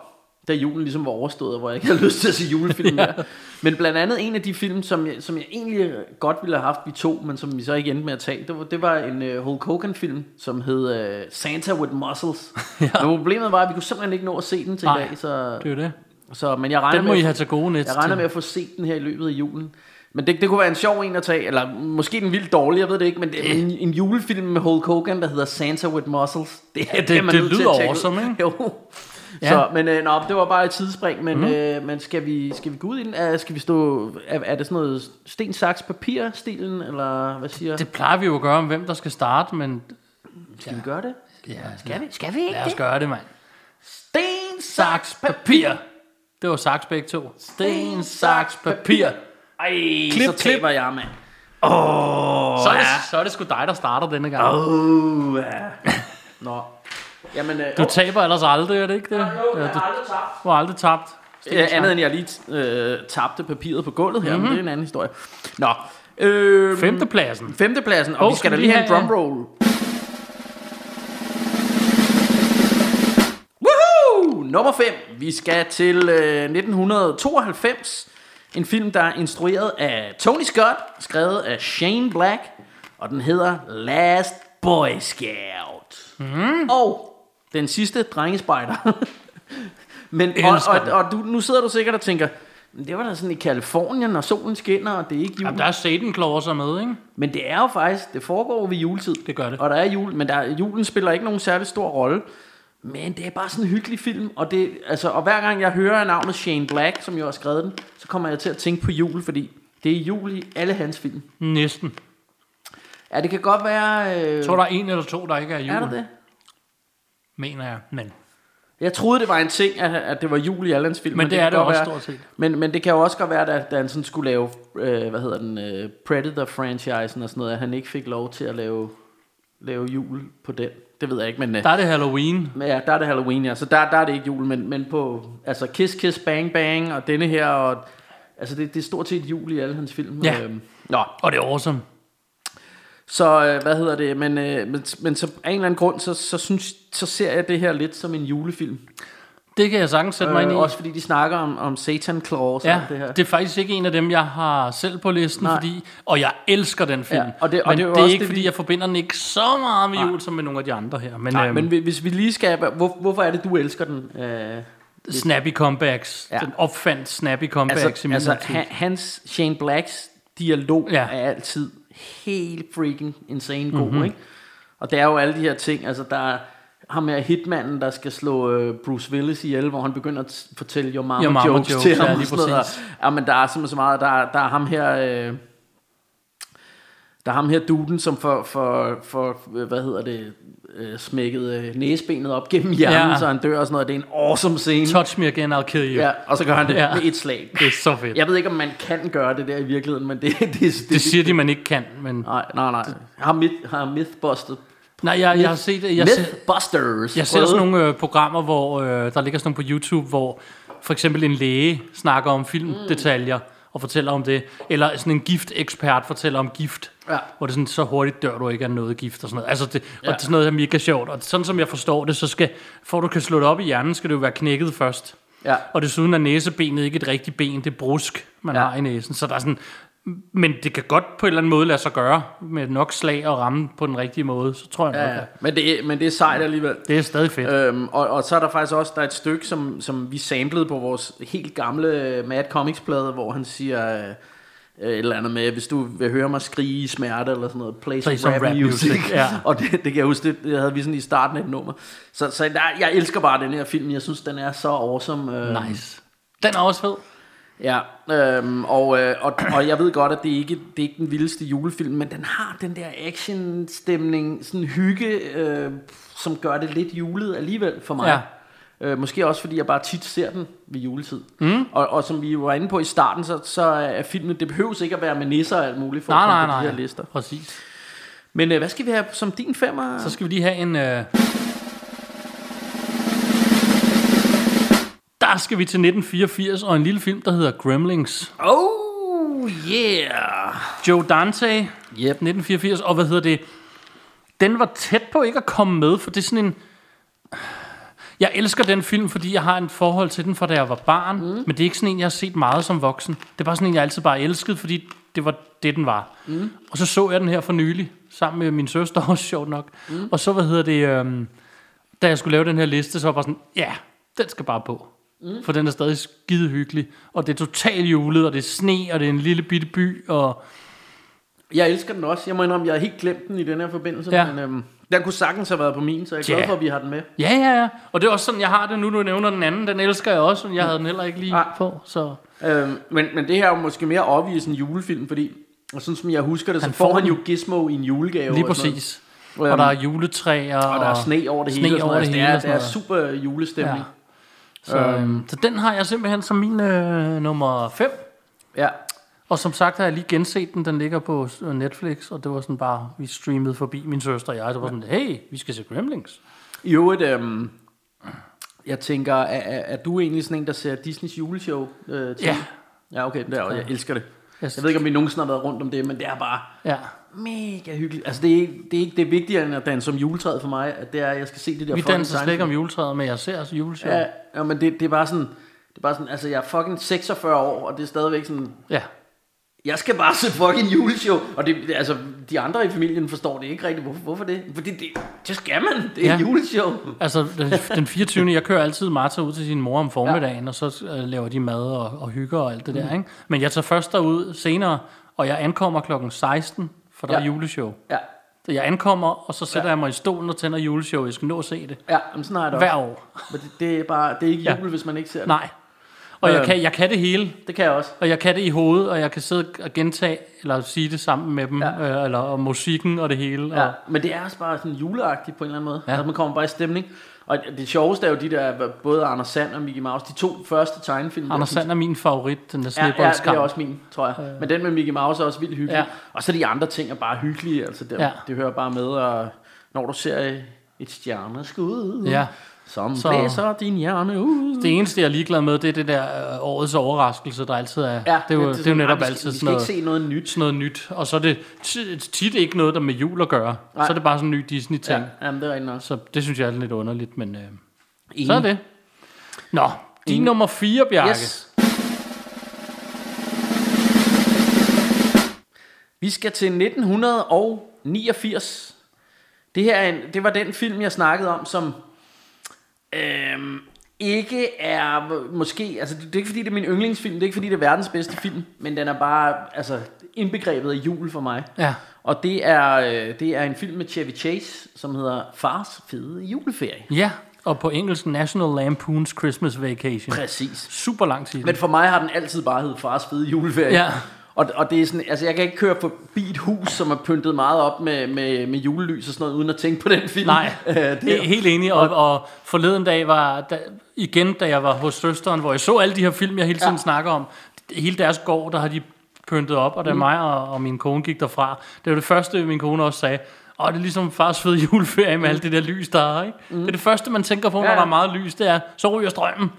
Speaker 1: da julen ligesom var overstået, og hvor jeg ikke [laughs] havde lyst til at se julefilm
Speaker 2: [laughs]
Speaker 1: mere. Men blandt andet en af de film, som jeg, som jeg egentlig godt ville have haft, vi to, men som vi så ikke endte med at tage, det var, det var en uh, Hulk Hogan-film, som hed uh, Santa with
Speaker 2: [laughs]
Speaker 1: Muscles. ja. Men problemet var, at vi kunne simpelthen ikke nå at se den til
Speaker 2: Nej,
Speaker 1: i dag, så,
Speaker 2: det er jo det.
Speaker 1: så, men jeg regner
Speaker 2: Den må
Speaker 1: med,
Speaker 2: I have til gode næste
Speaker 1: jeg regner med at få set den her i løbet af julen. Men det, det kunne være en sjov en at tage, eller måske en vildt dårlig, jeg ved det ikke, men det, en, en julefilm med Hulk Hogan, der hedder Santa with Muscles, det, det, det, er man
Speaker 2: det
Speaker 1: nødt til
Speaker 2: lyder
Speaker 1: at tjekke ud.
Speaker 2: awesome, ikke?
Speaker 1: Jo.
Speaker 2: Ja. Mhm.
Speaker 1: Ja. Så, men øh, nå, det var bare et tidsspring, men, mm. øh, men skal, vi, skal vi gå ud i den? Er, skal vi stå, er, er det sådan noget sten, saks, papir-stilen, eller hvad siger
Speaker 2: Det plejer vi jo at gøre om, hvem der skal starte, men
Speaker 1: Skal vi gøre det?
Speaker 2: ja,
Speaker 1: Skal vi? Skal vi ikke
Speaker 2: lad os gøre det, mand.
Speaker 1: Sten, saks,
Speaker 2: Saks, papir. Det var saks begge to. Sten, saks, papir.
Speaker 1: Ej,
Speaker 2: Klip,
Speaker 1: så
Speaker 2: klip.
Speaker 1: taber jeg, mand.
Speaker 2: Så er, det, så er det sgu dig, der starter denne gang.
Speaker 1: Oh, ja. Nå. Jamen, øh,
Speaker 2: Du taber ellers aldrig, er det ikke det? Ja, du,
Speaker 1: aldrig tabt.
Speaker 2: du har aldrig tabt.
Speaker 1: Ja, andet end jeg lige øh, tabte papiret på gulvet her, mm-hmm. men det er en anden historie. Nå, øh,
Speaker 2: Femtepladsen.
Speaker 1: femtepladsen, og
Speaker 2: Åh,
Speaker 1: vi skal da lige have en drumroll. Woohoo! Nummer 5. Vi skal til øh, 1992. En film, der er instrueret af Tony Scott, skrevet af Shane Black, og den hedder Last Boy Scout. Mm. Og den sidste, Drengespejder. [laughs] Men, og,
Speaker 2: Elsker
Speaker 1: og,
Speaker 2: den.
Speaker 1: og du, nu sidder du sikkert og tænker, "Men det var da sådan i Kalifornien, og solen skinner, og det er ikke jul.
Speaker 2: Jamen, der er Satan Claus er med, ikke?
Speaker 1: Men det er jo faktisk, det foregår jo ved juletid.
Speaker 2: Det gør det.
Speaker 1: Og der er jul, men der, julen spiller ikke nogen særlig stor rolle. Men det er bare sådan en hyggelig film, og, det, altså, og hver gang jeg hører navnet Shane Black, som jo har skrevet den, så kommer jeg til at tænke på jul, fordi det er jul i alle hans film.
Speaker 2: Næsten.
Speaker 1: Ja, det kan godt være... Øh,
Speaker 2: Jeg tror, der er en eller to, der ikke er jul.
Speaker 1: er der det?
Speaker 2: Mener jeg. Men
Speaker 1: Jeg troede, det var en ting, at, at det var jul i alle hans film.
Speaker 2: Men det er
Speaker 1: kan
Speaker 2: det
Speaker 1: godt
Speaker 2: også
Speaker 1: være,
Speaker 2: stort set.
Speaker 1: Men, men det kan jo også godt være, at da han sådan skulle lave, øh, hvad hedder den, øh, Predator-franchisen og sådan noget, at han ikke fik lov til at lave, lave jul på den. Det ved jeg ikke, men... Øh,
Speaker 2: der er det Halloween.
Speaker 1: Men Ja, der er det Halloween, ja. Så der, der er det ikke jul, men, men på altså Kiss Kiss Bang Bang og denne her, og, altså det, det er stort set jul i alle hans film.
Speaker 2: Ja.
Speaker 1: Øhm, nå,
Speaker 2: Og det er awesome.
Speaker 1: så øh, hvad hedder det, men, øh, men, men så af en eller anden grund, så, så, synes, så ser jeg det her lidt som en julefilm.
Speaker 2: Det kan jeg sagtens sætte mig ind i.
Speaker 1: Øh, også fordi de snakker om, om Satan Claus
Speaker 2: Ja,
Speaker 1: og det her.
Speaker 2: det er faktisk ikke en af dem, jeg har selv på listen,
Speaker 1: Nej.
Speaker 2: fordi, og jeg elsker den film.
Speaker 1: Ja, og det- og
Speaker 2: men
Speaker 1: det er jo
Speaker 2: det er
Speaker 1: også
Speaker 2: ikke,
Speaker 1: det, vi-
Speaker 2: fordi jeg forbinder den ikke så meget med jul, som med nogle af de andre her. Men,
Speaker 1: Nej,
Speaker 2: øhm,
Speaker 1: men hvis- hvis vi lige skal, hvor, hvorfor er det, du elsker den? Øh,
Speaker 2: snappy comebacks.
Speaker 1: Ja.
Speaker 2: Den opfandt snappy comebacks
Speaker 1: altså,
Speaker 2: i min
Speaker 1: altså
Speaker 2: tid.
Speaker 1: han, hans, Shane Blacks dialog
Speaker 2: Ja. Mhm.
Speaker 1: ja. er altid helt freaking insane god, mm-hmm. ikke? Og der er jo alle de her ting, altså der er ham her hitmanden, der skal slå øh, Bruce Willis ihjel, hvor han begynder at s- fortælle your mama,
Speaker 2: Your mama
Speaker 1: jokes,
Speaker 2: jokes,
Speaker 1: til
Speaker 2: ja,
Speaker 1: ham.
Speaker 2: lige
Speaker 1: og sådan noget.
Speaker 2: præcis.
Speaker 1: Ja, men der er simpelthen så meget, der, er- der er ham her... Øh, der er ham her duden, som for, for, for øh, hvad hedder det, øh, smækkede øh, næsebenet op gennem hjernen,
Speaker 2: Ja.
Speaker 1: ja. så han dør og sådan noget. Det er en awesome scene.
Speaker 2: Touch me again, I'll kill you.
Speaker 1: Ja, og så gør han det
Speaker 2: Ja.
Speaker 1: ja. med et slag.
Speaker 2: Det er så fedt.
Speaker 1: Jeg ved ikke, om man kan gøre det der i virkeligheden, men det, [laughs] det, det,
Speaker 2: Det siger de, man ikke kan, men...
Speaker 1: Nej, nej, nej. Har, myth, har Mythbusters...
Speaker 2: Nej, jeg, jeg har set... Jeg, ser-
Speaker 1: Mythbusters.
Speaker 2: Jeg ser sådan nogle øh, programmer, hvor øh, der ligger sådan nogle på YouTube, hvor for eksempel en læge snakker om filmdetaljer mm. og fortæller om det, eller sådan en giftekspert fortæller om gift,
Speaker 1: Ja.
Speaker 2: hvor det er sådan, så hurtigt dør du ikke af noget gift og sådan noget. Altså det, ja. Og det er sådan noget, der er mega sjovt. Og sådan som jeg forstår det, så skal, for at du kan slå det op i hjernen, skal det jo være knækket først.
Speaker 1: Ja.
Speaker 2: Og desuden er næsebenet ikke et rigtigt ben, det er brusk, man ja.
Speaker 1: Ja.
Speaker 2: har i næsen. Så der er sådan, men det kan godt på en eller anden måde lade sig gøre, med nok slag og ramme på den rigtige måde, så tror jeg nok,
Speaker 1: Ja, ja. Men, det, er- men det er sejt alligevel.
Speaker 2: det er stadig fedt.
Speaker 1: Øhm, og, og så er der faktisk også der er et stykke, som, som vi samplede på vores helt gamle øh, Mad Comics-plade, hvor han siger... Øh, øh, et eller andet med, hvis du vil høre mig skrige i smerte eller sådan noget, play,
Speaker 2: Play
Speaker 1: play
Speaker 2: some
Speaker 1: some rap,
Speaker 2: rap
Speaker 1: music.
Speaker 2: music, ja.
Speaker 1: [laughs] og det, det kan jeg huske, det, det havde vi sådan i starten af et nummer. Så, så der, jeg elsker bare den her film, jeg synes, den er så awesome. Øhm,
Speaker 2: Nice. Den er også fed.
Speaker 1: Ja, øhm, og, øh, og, og jeg ved godt, at det ikke det er ikke den vildeste julefilm, men den har den der actionstemning, sådan hygge, øh, som gør det lidt julet alligevel for mig. Øh, måske også fordi jeg bare tit ser den ved juletid. Mm. Og, og som vi var inde på i starten, så, så er filmen, det behøves ikke at være med nisser og alt muligt for
Speaker 2: Nej,
Speaker 1: at komme
Speaker 2: nej,
Speaker 1: på de
Speaker 2: nej.
Speaker 1: her lister.
Speaker 2: Præcis.
Speaker 1: Men øh, hvad skal vi have som din femmer?
Speaker 2: Så skal vi lige have en... Øh... Der skal vi til 1984 og en lille film, der hedder Gremlings.
Speaker 1: Oh yeah!
Speaker 2: Joe Dante,
Speaker 1: Yep.
Speaker 2: 1984, og hvad hedder det? Den var tæt på ikke at komme med, for det er sådan en... Jeg elsker den film, fordi jeg har en forhold til den, fra da jeg var barn. Mm. Men det er ikke sådan en, jeg har set meget som voksen. Det er bare sådan en, jeg altid bare elskede, fordi det var det, den var. Mm. Og så så jeg den her for nylig, sammen med min søster [laughs] også, sjovt nok. Mm. Og så, hvad hedder det... Øhm, da jeg skulle lave den her liste, så var jeg bare sådan, ja, den skal bare på. Mm. For den er stadig skide hyggelig. Og det er totalt julet, og det er sne, og det er en lille bitte by, og...
Speaker 1: Jeg elsker den også. Jeg må indrømme, jeg har helt glemt den i den her forbindelse.
Speaker 2: Ja.
Speaker 1: Ja. Men, øhm, den kunne sagtens have været på min, så jeg er
Speaker 2: Ja.
Speaker 1: glad for, at vi har den med.
Speaker 2: Ja, ja, ja. Og det er også sådan, jeg har det nu, du nævner den anden. Den elsker jeg også, men jeg havde den heller ikke lige
Speaker 1: Nej.
Speaker 2: på. Så.
Speaker 1: Øhm, men, men det her er jo måske mere obvious en julefilm, fordi og sådan som jeg husker det, så
Speaker 2: Han
Speaker 1: han
Speaker 2: får
Speaker 1: får han
Speaker 2: den.
Speaker 1: jo Gizmo i en julegave.
Speaker 2: Lige
Speaker 1: og sådan noget. Øhm,
Speaker 2: præcis. Og der er juletræer.
Speaker 1: og der er sne over det
Speaker 2: sne
Speaker 1: hele. og sådan
Speaker 2: over
Speaker 1: noget.
Speaker 2: det
Speaker 1: Altså,
Speaker 2: hele og
Speaker 1: det,
Speaker 2: sådan
Speaker 1: er, det er super julestemning.
Speaker 2: Så, øhm. så den har jeg simpelthen som min øh, nummer 5.
Speaker 1: Ja. ja.
Speaker 2: Og som sagt har jeg lige genset den. Den ligger på øh, Netflix, og det var sådan bare, vi streamede forbi min søster og jeg. Så var sådan, hey, vi skal se Gremlings.
Speaker 1: I øvrigt, øhm, jeg tænker, er, er, er du egentlig sådan en, der ser Disneys juleshow? Øh, til?
Speaker 2: Ja.
Speaker 1: Ja, okay, det er, jeg elsker det.
Speaker 2: Jeg-
Speaker 1: Jeg ved ikke, om vi nogensinde har været rundt om det, men det er bare
Speaker 2: Ja.
Speaker 1: mega hyggeligt. Altså, det er, ikke- det er ikke det vigtigere end at danse som juletræet for mig, at det er, at jeg skal se det der
Speaker 2: Vi
Speaker 1: fucking
Speaker 2: danser slet
Speaker 1: Seinfeld.
Speaker 2: ikke om juletræet, men jeg ser altså juleshow.
Speaker 1: Ja,
Speaker 2: Ja.
Speaker 1: ja men det, det er bare sådan, det er bare sådan, altså jeg er fucking 46 år, og det er stadigvæk sådan,
Speaker 2: ja.
Speaker 1: jeg skal bare se fucking juleshow. Og det, det- altså, de andre i familien forstår det ikke rigtigt. Hvorfor, hvorfor det? Fordi det, det skal man. Det er
Speaker 2: Ja.
Speaker 1: ja. juleshow.
Speaker 2: Altså, den- den 24. jeg kører altid Martha ud til sin mor om formiddagen, ja. og så øh, laver de mad og, og hygger og alt det
Speaker 1: Mm.
Speaker 2: der, ikke? Men jeg tager først derud senere, og jeg ankommer klokken 16, for der ja.
Speaker 1: Ja.
Speaker 2: er juleshow.
Speaker 1: Ja,
Speaker 2: Så jeg ankommer, og så sætter ja. jeg mig i stolen og tænder juleshow. Jeg skal nå at se det.
Speaker 1: ja men sådan har jeg det
Speaker 2: Hver
Speaker 1: også.
Speaker 2: år.
Speaker 1: Men det, det, er bare, det er ikke
Speaker 2: Ja.
Speaker 1: jul, hvis man ikke ser det.
Speaker 2: Nej. Og jeg
Speaker 1: Øhm.
Speaker 2: kan, jeg kan det hele,
Speaker 1: Det kan jeg også.
Speaker 2: og jeg kan det i hovedet, og jeg kan sidde og gentage, eller sige det sammen med dem, ja.
Speaker 1: Ja.
Speaker 2: øh, eller og musikken og det hele.
Speaker 1: Ja.
Speaker 2: Og,
Speaker 1: Men det er også bare sådan juleagtigt på en eller anden måde. Ja. Altså, man kommer bare i stemning. Og det sjoveste er jo de der, både Anders Sand og Mickey Mouse, de to første tegnefilm.
Speaker 2: Anders Sand er min favorit, den der
Speaker 1: Ja, ja, det er
Speaker 2: sneboldskam.
Speaker 1: også min, tror jeg. Men den med Mickey Mouse er også vildt hyggelig.
Speaker 2: Øh. Ja.
Speaker 1: Ja. Og så de andre ting er bare hyggelige. Altså, det,
Speaker 2: Ja.
Speaker 1: ja. det hører bare med, og når du ser et stjerneskud,
Speaker 2: Ja.
Speaker 1: som
Speaker 2: Så-
Speaker 1: så... blæser din hjerne ud.
Speaker 2: Det eneste, jeg er ligeglad med, det er det der øh, årets overraskelse, der altid er. Ja, det, er jo, det, det er jo
Speaker 1: sådan,
Speaker 2: netop
Speaker 1: "Ah, vi skal-
Speaker 2: altid
Speaker 1: Vi
Speaker 2: sådan
Speaker 1: skal ikke
Speaker 2: noget,
Speaker 1: se noget nyt.
Speaker 2: sådan noget nyt. Og så er det ti- tit ikke noget, der med jul at gøre. Nej.
Speaker 1: Nej.
Speaker 2: Så er det bare sådan en ny Disney-ting.
Speaker 1: Ja,
Speaker 2: Ja.
Speaker 1: jamen, det er rigtigt nok.
Speaker 2: Så det synes jeg er lidt lidt, men øh,
Speaker 1: Enig.
Speaker 2: så er det. Nå, din
Speaker 1: Enig.
Speaker 2: nummer 4, Bjarke. Yes.
Speaker 1: Yes. Vi skal til 1989. Det her er en, det var den film, jeg snakkede om, som øhm, ikke er måske... Altså, det er ikke, fordi det er min yndlingsfilm. Det er ikke, fordi det er verdens bedste film. Men den er bare altså, indbegrebet af jul for mig.
Speaker 2: Ja.
Speaker 1: Og det er, øh, det er en film med Chevy Chase, som hedder Fars fede juleferie.
Speaker 2: Ja, og på engelsk National Lampoon's Christmas Vacation.
Speaker 1: Præcis.
Speaker 2: Super lang tid.
Speaker 1: Men for mig har den altid bare heddet fars fede juleferie.
Speaker 2: Ja.
Speaker 1: Og, og det er sådan, altså jeg kan ikke køre forbi et hus, som er pyntet meget op med, med, med julelys og sådan noget, uden at tænke på den film.
Speaker 2: [laughs] Nej,
Speaker 1: [laughs] Øh,
Speaker 2: det er
Speaker 1: det,
Speaker 2: helt enig. Og, og forleden dag var, da, igen da jeg var hos søsteren, hvor jeg så alle de her film, jeg hele tiden ja.
Speaker 1: Ja.
Speaker 2: snakker om. Hele deres gård, der har de pyntet op, og da mm. mig og, og min kone gik derfra, det var det første, min kone også sagde, og det er ligesom fars fede juleferie med alt det der lys, der er, ikke? Mm. Det er det første, man tænker på, når
Speaker 1: Ja,
Speaker 2: ja.
Speaker 1: ja.
Speaker 2: der er meget lys, det er, så ryger strømmen.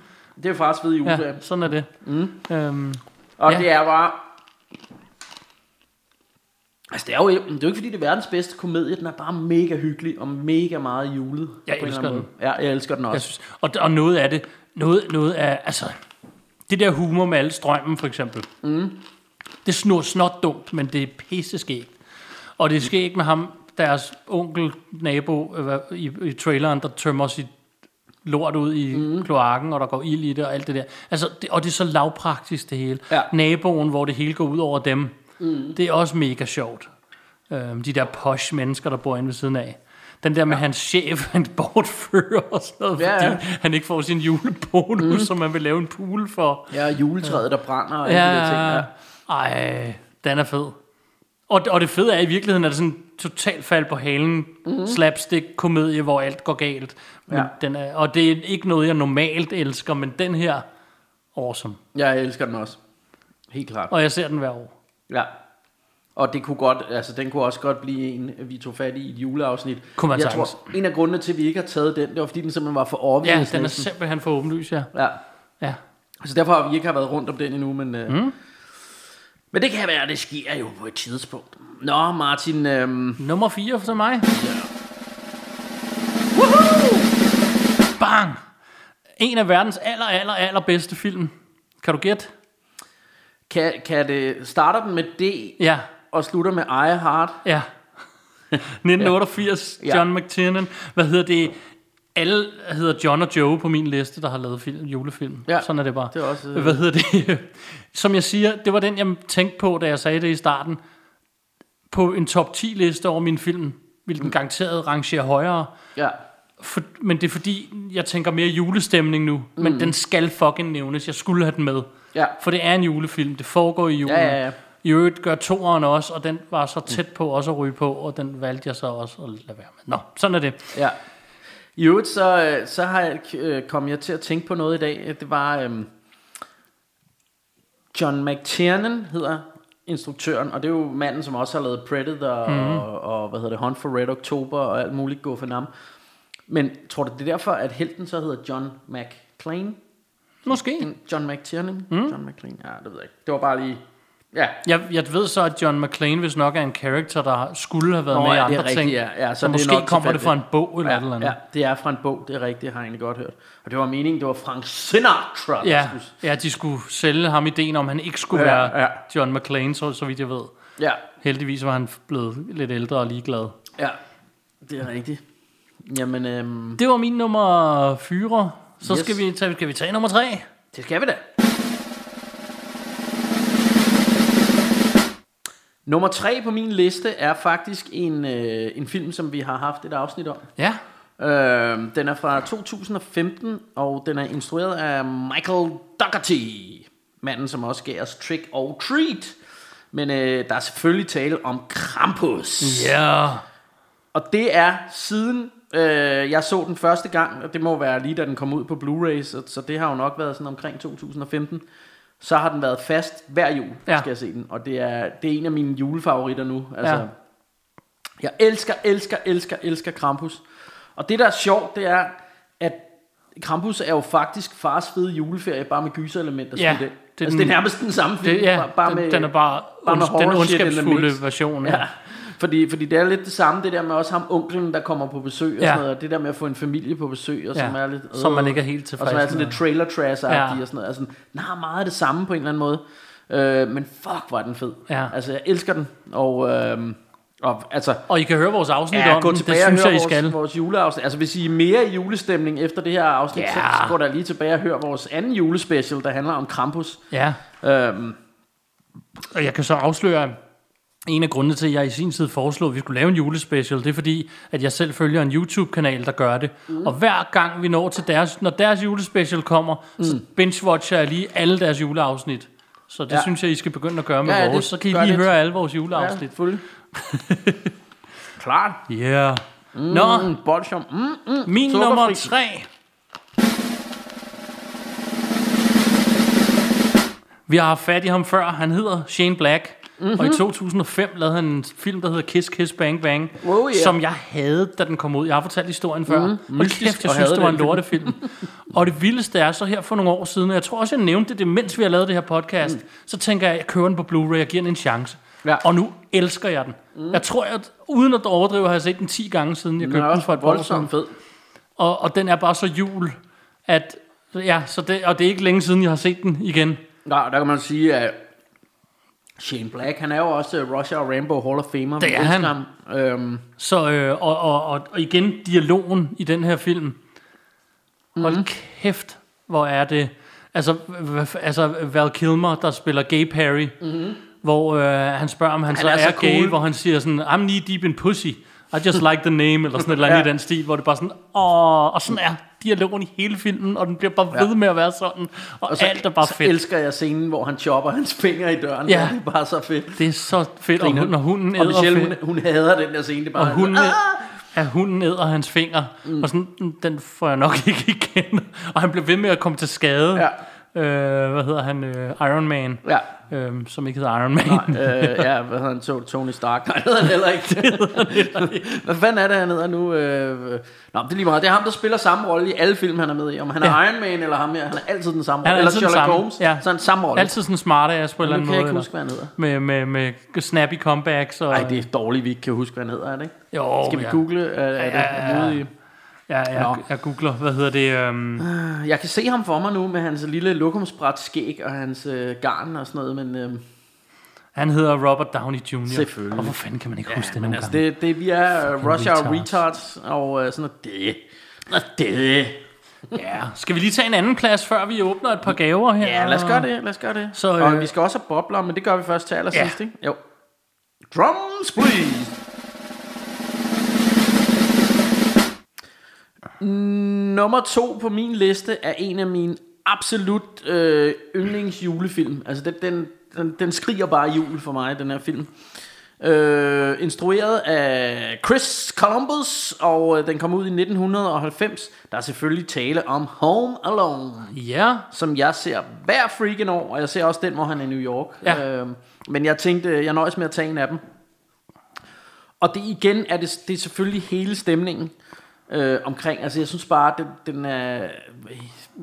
Speaker 1: det er fars fede
Speaker 2: Ja,
Speaker 1: juleferie. Ja.
Speaker 2: sådan er det. Mm. Øhm,
Speaker 1: Og
Speaker 2: Ja.
Speaker 1: ja. det er bare... Altså det er jo, det er jo ikke fordi det er verdens bedste komedie, den er bare mega hyggelig og mega meget julet.
Speaker 2: Jeg
Speaker 1: på en eller
Speaker 2: elsker
Speaker 1: anden
Speaker 2: den.
Speaker 1: måde. Ja, jeg elsker den
Speaker 2: jeg
Speaker 1: også.
Speaker 2: synes, og, og noget af det, noget, noget af, altså, det der humor med al strømmen, for eksempel. Mm. Det snor snot dumt, men det er pisse skægt. Og det er skægt med ham, deres onkel, nabo øh, hvad- i, i traileren, der tømmer sit lort ud i mm. kloakken, og der går ild i det og alt det der. Altså, det, og det er så lavpraktisk det hele.
Speaker 1: Ja.
Speaker 2: Naboen, hvor det hele går ud over dem, mm. det er også mega sjovt. Øhm, de der posh mennesker, der bor inde ved siden af. Den der med ja. hans chef, [laughs] han bortfører og sådan noget,
Speaker 1: Ja,
Speaker 2: fordi
Speaker 1: ja.
Speaker 2: han ikke får sin julebonus, mm. som man vil lave en pool for.
Speaker 1: Ja, juletræet, der brænder og alle de der ting.
Speaker 2: Ja,
Speaker 1: Ja.
Speaker 2: ej, den er fed. Og, og det fede er, i virkeligheden er det sådan, totalt fald på halen mm-hmm. slapstick-komedie, hvor alt går galt. Men
Speaker 1: Mhm. Ja.
Speaker 2: ja. den er, og det er ikke noget, jeg normalt elsker, men den her, awesome.
Speaker 1: Jeg elsker den også. Helt klart.
Speaker 2: Og jeg ser den hver år.
Speaker 1: Ja. Og det kunne godt, altså den kunne også godt blive en, vi tog fat i i et juleafsnit.
Speaker 2: Kunne man
Speaker 1: jeg
Speaker 2: sagtens.
Speaker 1: tror, en af grundene til, at vi ikke har taget den, det var, fordi den simpelthen var for
Speaker 2: Ja,
Speaker 1: overbevisende.
Speaker 2: den er simpelthen for åbenlys, ja.
Speaker 1: Ja.
Speaker 2: ja.
Speaker 1: Så derfor har vi ikke har været rundt om den endnu, men... Øh, mm. Men det kan være, det sker jo på et tidspunkt. Nå, Martin, øh,
Speaker 2: Nummer 4 for mig. Bang! En af verdens aller, aller, aller bedste film. Kan du gætte?
Speaker 1: kan, kan det, starter den med D
Speaker 2: Ja,
Speaker 1: og slutter med I Heart?
Speaker 2: ja. [laughs] 1988,
Speaker 1: Ja.
Speaker 2: John McTiernan. Hvad hedder det? Alle hedder John og Joe på min liste, der har lavet film, julefilm.
Speaker 1: Ja,
Speaker 2: Sådan er det bare.
Speaker 1: det er også, øh,
Speaker 2: Hvad hedder det? [laughs] Som jeg siger, det var den, jeg tænkte på, da jeg sagde det i starten. På en top 10 liste over min film, ville den
Speaker 1: Mm.
Speaker 2: garanteret rangere højere.
Speaker 1: Ja.
Speaker 2: For, men det er fordi, jeg tænker mere julestemning nu. Mm. Men den skal fucking nævnes. Jeg skulle have den med.
Speaker 1: Ja.
Speaker 2: For det er en julefilm. Det foregår i julen.
Speaker 1: Ja, ja, ja.
Speaker 2: I øvrigt gør toeren også, og den var så tæt på også at ryge på, og den valgte jeg så også at lade være med. Nå, sådan er det.
Speaker 1: Ja. I øvrigt, så, øh, så har jeg, øh, kom jeg til at tænke på noget i dag. Det var øhm, John McTiernan, hedder instruktøren, og det er jo manden, som også har lavet Predator mm. og, og, hvad hedder det, Hunt for Red October og alt muligt gå for nam. Men tror du, det er derfor, at helten så hedder John McClane?
Speaker 2: Måske.
Speaker 1: John McTiernan? Mm. John McClane? Ja, det ved jeg ikke. Det var bare lige... Ja,
Speaker 2: Jeg, jeg ved så, at John McClane, hvis nok er en karakter, der skulle have været
Speaker 1: Nå,
Speaker 2: med i
Speaker 1: ja,
Speaker 2: andre
Speaker 1: det er rigtigt,
Speaker 2: ting.
Speaker 1: ja. Ja, så
Speaker 2: så
Speaker 1: det er
Speaker 2: måske
Speaker 1: nok
Speaker 2: kommer det fra en
Speaker 1: tilfældigt.
Speaker 2: bog eller
Speaker 1: ja,
Speaker 2: et eller andet.
Speaker 1: ja, det er fra en bog, det er rigtigt, det har jeg egentlig godt hørt. Og det var meningen, det var Frank Sinatra, der
Speaker 2: Ja,
Speaker 1: skulle-
Speaker 2: ja, de skulle sælge ham ideen om, at han ikke skulle
Speaker 1: Ja,
Speaker 2: være
Speaker 1: ja.
Speaker 2: John McClane, så, så vidt jeg ved.
Speaker 1: ja,
Speaker 2: Heldigvis var han blevet lidt ældre og ligeglad.
Speaker 1: ja, det er rigtigt. Jamen, øhm,
Speaker 2: Det var min nummer 4. Så
Speaker 1: Yes.
Speaker 2: yes. skal, vi tage, skal vi tage nummer 3.
Speaker 1: det skal vi da. Nummer tre på min liste er faktisk en, øh, en film, som vi har haft et afsnit om.
Speaker 2: Ja.
Speaker 1: Øh, den er fra 2015, og den er instrueret af Michael Dougherty, manden som også gav os Trick or Treat. Men øh, der er selvfølgelig tale om Krampus.
Speaker 2: Ja.
Speaker 1: Og det er siden øh, jeg så den første gang, og det må være lige da den kom ud på Blu-ray, så, så det har jo nok været sådan omkring 2015. Så har den været fast hver jul, ja.
Speaker 2: Ja.
Speaker 1: skal jeg se den. Og det er, det er en af mine julefavoritter nu. Altså, ja.
Speaker 2: Ja.
Speaker 1: Jeg elsker, elsker, elsker, elsker Krampus. Og det, der er sjovt, det er, at Krampus er jo faktisk fars fede juleferie, bare med gyserelementer.
Speaker 2: Ja,
Speaker 1: smidt ind.
Speaker 2: det er
Speaker 1: altså, det
Speaker 2: den-
Speaker 1: er nærmest den samme film,
Speaker 2: Det, ja,
Speaker 1: bare, bare
Speaker 2: den,
Speaker 1: med,
Speaker 2: den er bare,
Speaker 1: bare med
Speaker 2: ond, den
Speaker 1: horror shit in the
Speaker 2: ondskabsfulde
Speaker 1: mix.
Speaker 2: version.
Speaker 1: Ja. Fordi, fordi det er lidt det samme, det der med også ham onklen, der kommer på besøg og
Speaker 2: Ja.
Speaker 1: ja. sådan noget, og det der med at få en familie på besøg, og ja. som
Speaker 2: Ja,
Speaker 1: er lidt... øh,
Speaker 2: som man ikke er helt
Speaker 1: Og som er
Speaker 2: tilfreds
Speaker 1: sådan
Speaker 2: med.
Speaker 1: lidt trailer trash ja.
Speaker 2: Ja.
Speaker 1: og sådan noget. Altså, den har meget det samme på en eller anden måde. Øh, men fuck, hvor er den fed.
Speaker 2: Ja.
Speaker 1: Altså, jeg elsker den. Og, øh, og altså,
Speaker 2: Og I kan høre vores afsnit om den, det
Speaker 1: og
Speaker 2: synes
Speaker 1: hør
Speaker 2: jeg, I
Speaker 1: vores,
Speaker 2: skal.
Speaker 1: vores juleafsnit. Altså, hvis I er mere i julestemning efter det her afsnit,
Speaker 2: Ja.
Speaker 1: så så går der lige tilbage og hør vores anden julespecial, der handler om Krampus.
Speaker 2: Ja,
Speaker 1: Øhm,
Speaker 2: og jeg kan så afsløre, at en af grundene til, at jeg i sin tid foreslog, at vi skulle lave en julespecial, det er fordi, at jeg selv følger en YouTube-kanal, der gør det. Mm. Og hver gang vi når til deres, når deres julespecial kommer, mm. så binge-watcher jeg lige alle deres juleafsnit. Så det
Speaker 1: Ja.
Speaker 2: ja. synes jeg, I skal begynde at gøre med
Speaker 1: Ja, ja,
Speaker 2: ja,
Speaker 1: det
Speaker 2: vores. Så kan I
Speaker 1: gør
Speaker 2: lige
Speaker 1: lidt.
Speaker 2: høre alle vores
Speaker 1: ja,
Speaker 2: juleafsnit.
Speaker 1: fuld.
Speaker 2: [laughs]
Speaker 1: Klart.
Speaker 2: Ja. Yeah. Mm. Nå,
Speaker 1: Mm, Bolsjom. Mm,
Speaker 2: Min
Speaker 1: Sukkerfri.
Speaker 2: nummer tre. Vi har haft fat i ham før. Han hedder Shane Black. Mm-hmm.
Speaker 1: Mhm.
Speaker 2: Og i 2005 lavede han en film, der hedder Kiss Kiss Bang Bang.
Speaker 1: Oh, yeah.
Speaker 2: Som jeg havde, da den kom ud. Jeg har fortalt historien
Speaker 1: Mhm.
Speaker 2: før. Mm-hmm. Og
Speaker 1: Mystisk,
Speaker 2: kæft, jeg
Speaker 1: og
Speaker 2: synes,
Speaker 1: havde
Speaker 2: det var en
Speaker 1: den film.
Speaker 2: lortefilm. [laughs] og det vildeste er så her for nogle år siden, og jeg tror også, jeg nævnte det, det mens vi har lavet det her podcast, mm. så tænker jeg, at jeg kører den på Blu-ray og giver den en chance.
Speaker 1: Ja.
Speaker 2: Og nu elsker jeg den. Mm. Jeg tror, at uden at overdrive, har jeg set den 10 gange siden jeg
Speaker 1: Den
Speaker 2: købte
Speaker 1: er
Speaker 2: den
Speaker 1: også
Speaker 2: for et par år siden.
Speaker 1: voldsomt fed.
Speaker 2: Og, og den er bare så jul, at... Ja, så det, og det er ikke længe siden, jeg har set den igen.
Speaker 1: Nej, der kan man sige, at Shane Black, han er jo også øh, Russia og Rambo Hall of Famer.
Speaker 2: Det
Speaker 1: Vi
Speaker 2: er
Speaker 1: elsker
Speaker 2: han.
Speaker 1: Ham. Øhm,
Speaker 2: Så, øh, og, og, og, og igen, dialogen i den her film. Hold
Speaker 1: Mhm.
Speaker 2: kæft, hvor er det... Altså, hva- altså Val Kilmer, der spiller Gay Perry, mm-hmm. hvor øh, han spørger, om han, så
Speaker 1: Mhm. er
Speaker 2: er,
Speaker 1: så
Speaker 2: gay,
Speaker 1: cool.
Speaker 2: hvor han siger sådan, I'm knee deep in pussy, I just like the name, eller sådan et eller andet
Speaker 1: Ja.
Speaker 2: i den stil, hvor det bare sådan, åh, og sådan er dialogen i hele filmen, og den bliver bare ved med at være sådan, og,
Speaker 1: Og så,
Speaker 2: alt er bare
Speaker 1: så
Speaker 2: fedt.
Speaker 1: elsker jeg scenen, hvor han chopper hans fingre i døren.
Speaker 2: Ja.
Speaker 1: Det er bare så fedt.
Speaker 2: Det er så fedt, og hun, når hunden
Speaker 1: og
Speaker 2: æder,
Speaker 1: Michelle, hun, Ah!
Speaker 2: fe-
Speaker 1: hun hader den der scene. Det er bare,
Speaker 2: og hunden, at hunden æder hans finger, mm. og sådan, "Mm, den får jeg nok [laughs] ikke igen. Og han bliver ved med at komme til skade.
Speaker 1: Ja.
Speaker 2: Øh, hvad hedder han? Øh, Iron Man.
Speaker 1: Ja.
Speaker 2: Øhm, som ikke hedder Iron Man.
Speaker 1: øh, ja, hvad hedder han? To- Tony Stark. Nej, det hedder han heller ikke. hvad fanden er det, han hedder nu? Øh, øh, Nå, det er lige meget. Det er ham, der spiller samme rolle i alle film, han er med i. Om han er ja. Iron Man eller ham her. Han er altid den samme
Speaker 2: Han er
Speaker 1: rolle. Eller
Speaker 2: altid den
Speaker 1: Sherlock
Speaker 2: samme.
Speaker 1: Holmes.
Speaker 2: Ja.
Speaker 1: Så er han samme rolle.
Speaker 2: Altid sådan smarte ass på en
Speaker 1: Nu
Speaker 2: eller
Speaker 1: kan
Speaker 2: anden
Speaker 1: jeg
Speaker 2: måde.
Speaker 1: ikke huske,
Speaker 2: eller-
Speaker 1: hvad han hedder.
Speaker 2: med, med, med snappy comebacks. Og,
Speaker 1: Nej, det er dårligt, vi ikke kan huske, hvad han hedder, er det ikke?
Speaker 2: jo,
Speaker 1: Skal vi
Speaker 2: ja.
Speaker 1: google? Øh, er det
Speaker 2: ja, ja.
Speaker 1: modige?
Speaker 2: Ja, jeg,
Speaker 1: Nå.
Speaker 2: jeg googler, hvad hedder det? Øhm,
Speaker 1: Jeg kan se ham for mig nu med hans lille lokumsbræt skæg og hans øh, garn og sådan noget, men øh,
Speaker 2: han hedder Robert Downey Jr.
Speaker 1: Selvfølgelig.
Speaker 2: Og hvor fanden kan man ikke ja, huske det nogle
Speaker 1: altså
Speaker 2: gange?
Speaker 1: det, det, vi er øh, Russia og
Speaker 2: retards.
Speaker 1: retards og øh, sådan noget. Det, og det.
Speaker 2: Ja. Skal vi lige tage en anden plads, før vi åbner et par gaver her?
Speaker 1: Ja, lad os gøre det, lad os gøre det.
Speaker 2: Så,
Speaker 1: Så, øh, og
Speaker 2: øh,
Speaker 1: vi skal også have bobler, men det gør vi først til allersidst,
Speaker 2: Ja.
Speaker 1: ikke? Jo. Drums, please! Nummer to på min liste er en af mine absolut øh, yndlingsjulefilm. Altså den, den, den, den skriger bare jul for mig, den her film. Øh, instrueret af Chris Columbus, og øh, den kom ud i 1990. Der er selvfølgelig tale om Home Alone
Speaker 2: Ja,
Speaker 1: som jeg ser hver freaking år, og jeg ser også den, hvor han er i New York.
Speaker 2: Ja.
Speaker 1: Øhm, men jeg tænkte, jeg nøjes med at tage en af dem. Og det igen er det, det er selvfølgelig hele stemningen øh, omkring. Altså jeg synes bare, den, den er øh,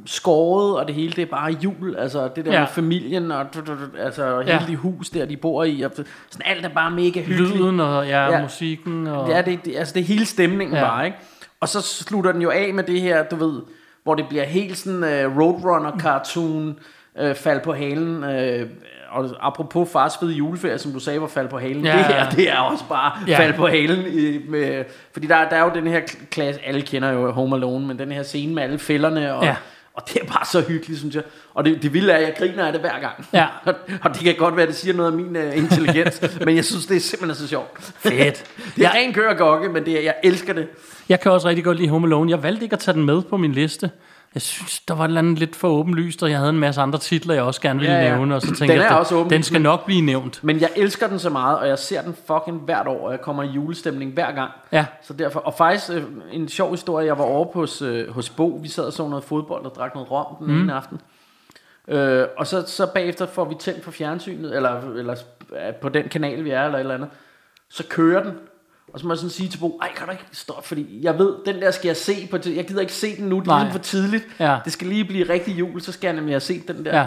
Speaker 1: skåret, og det hele det er bare jul. Altså det der
Speaker 2: Ja.
Speaker 1: ja. med familien, og du- du- du- altså hele
Speaker 2: Ja.
Speaker 1: ja. det hus der, de bor i. Og sådan alt er bare mega hyggeligt.
Speaker 2: lyden og ja, ja.
Speaker 1: Ja.
Speaker 2: musikken. Og,
Speaker 1: Ja, det, det, altså det er hele stemningen
Speaker 2: Ja.
Speaker 1: ja. bare, ikke? Og så slutter den jo af med det her, du ved, hvor det bliver helt sådan uh, Roadrunner-cartoon, uh, fald på halen. Uh, og apropos fars fede juleferie, som du sagde var fald på halen,
Speaker 2: Ja.
Speaker 1: ja. det her, det er også bare
Speaker 2: Ja.
Speaker 1: ja. fald på halen. I, med, fordi der, der er jo den her kl- klasse, alle kender jo Home Alone, men den her scene med alle fælderne, og,
Speaker 2: Ja.
Speaker 1: ja. og det er bare så hyggeligt, synes jeg. Og det, det vilde er, at jeg griner af det hver gang.
Speaker 2: Ja.
Speaker 1: og, og det kan godt være, at det siger noget af min uh, intelligens, men jeg synes, det er simpelthen så sjovt.
Speaker 2: Fedt.
Speaker 1: [laughs] Det er ren kør og gokke, men det er, jeg elsker det.
Speaker 2: Jeg kan også rigtig godt lide Home Alone. Jeg valgte ikke at tage den med på min liste. Jeg synes, der var et eller andet lidt for åbenlyst, og jeg havde en masse andre titler, jeg også gerne ville
Speaker 1: Ja, ja.
Speaker 2: nævne. Og så tænkte
Speaker 1: Den
Speaker 2: jeg,
Speaker 1: er
Speaker 2: den,
Speaker 1: også åben.
Speaker 2: den skal nok blive nævnt.
Speaker 1: Men jeg elsker den så meget, og jeg ser den fucking hvert år, og jeg kommer i julestemning hver gang.
Speaker 2: Ja.
Speaker 1: Så derfor, og faktisk øh, en sjov historie, jeg var over hos, øh, hos Bo, vi sad og så noget fodbold og drak noget rom den mm. ene aften. Øh, og så, så bagefter får vi tændt for fjernsynet, eller, eller øh, på den kanal, vi er, eller et eller andet. Så kører den, og så må jeg sådan sige til Bo, ej, kan du ikke stoppe, fordi jeg ved, den der skal jeg se på, ti- jeg gider ikke se den nu, det er
Speaker 2: Nej.
Speaker 1: ligesom for tidligt.
Speaker 2: Ja.
Speaker 1: Det skal lige blive rigtig jul, så skal jeg nemlig have set den der.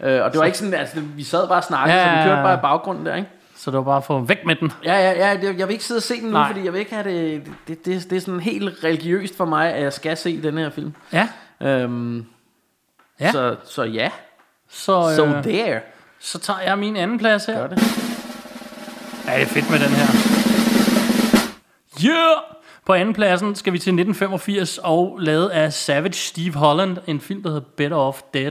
Speaker 2: Ja.
Speaker 1: Øh, og det var ikke sådan, altså vi sad bare og snakkede,
Speaker 2: Ja,
Speaker 1: ja, så
Speaker 2: ja,
Speaker 1: den
Speaker 2: ja.
Speaker 1: kørte bare i baggrunden der, ikke?
Speaker 2: Så det var bare for væk med den.
Speaker 1: Ja, ja, ja, det, jeg vil ikke sidde og se den nu,
Speaker 2: Nej.
Speaker 1: Nej. fordi jeg vil ikke have det, det, det, det er sådan helt religiøst for mig, at jeg skal se den her film.
Speaker 2: Ja.
Speaker 1: Øhm,
Speaker 2: Ja.
Speaker 1: ja. Så, så ja,
Speaker 2: Så,
Speaker 1: so
Speaker 2: øh,
Speaker 1: there.
Speaker 2: så tager jeg min anden plads her.
Speaker 1: Gør det.
Speaker 2: Ja, det er fedt med den her. Yeah! På anden pladsen skal vi til 1985 og lavet af Savage Steve Holland, en film, der hedder Better Off Dead,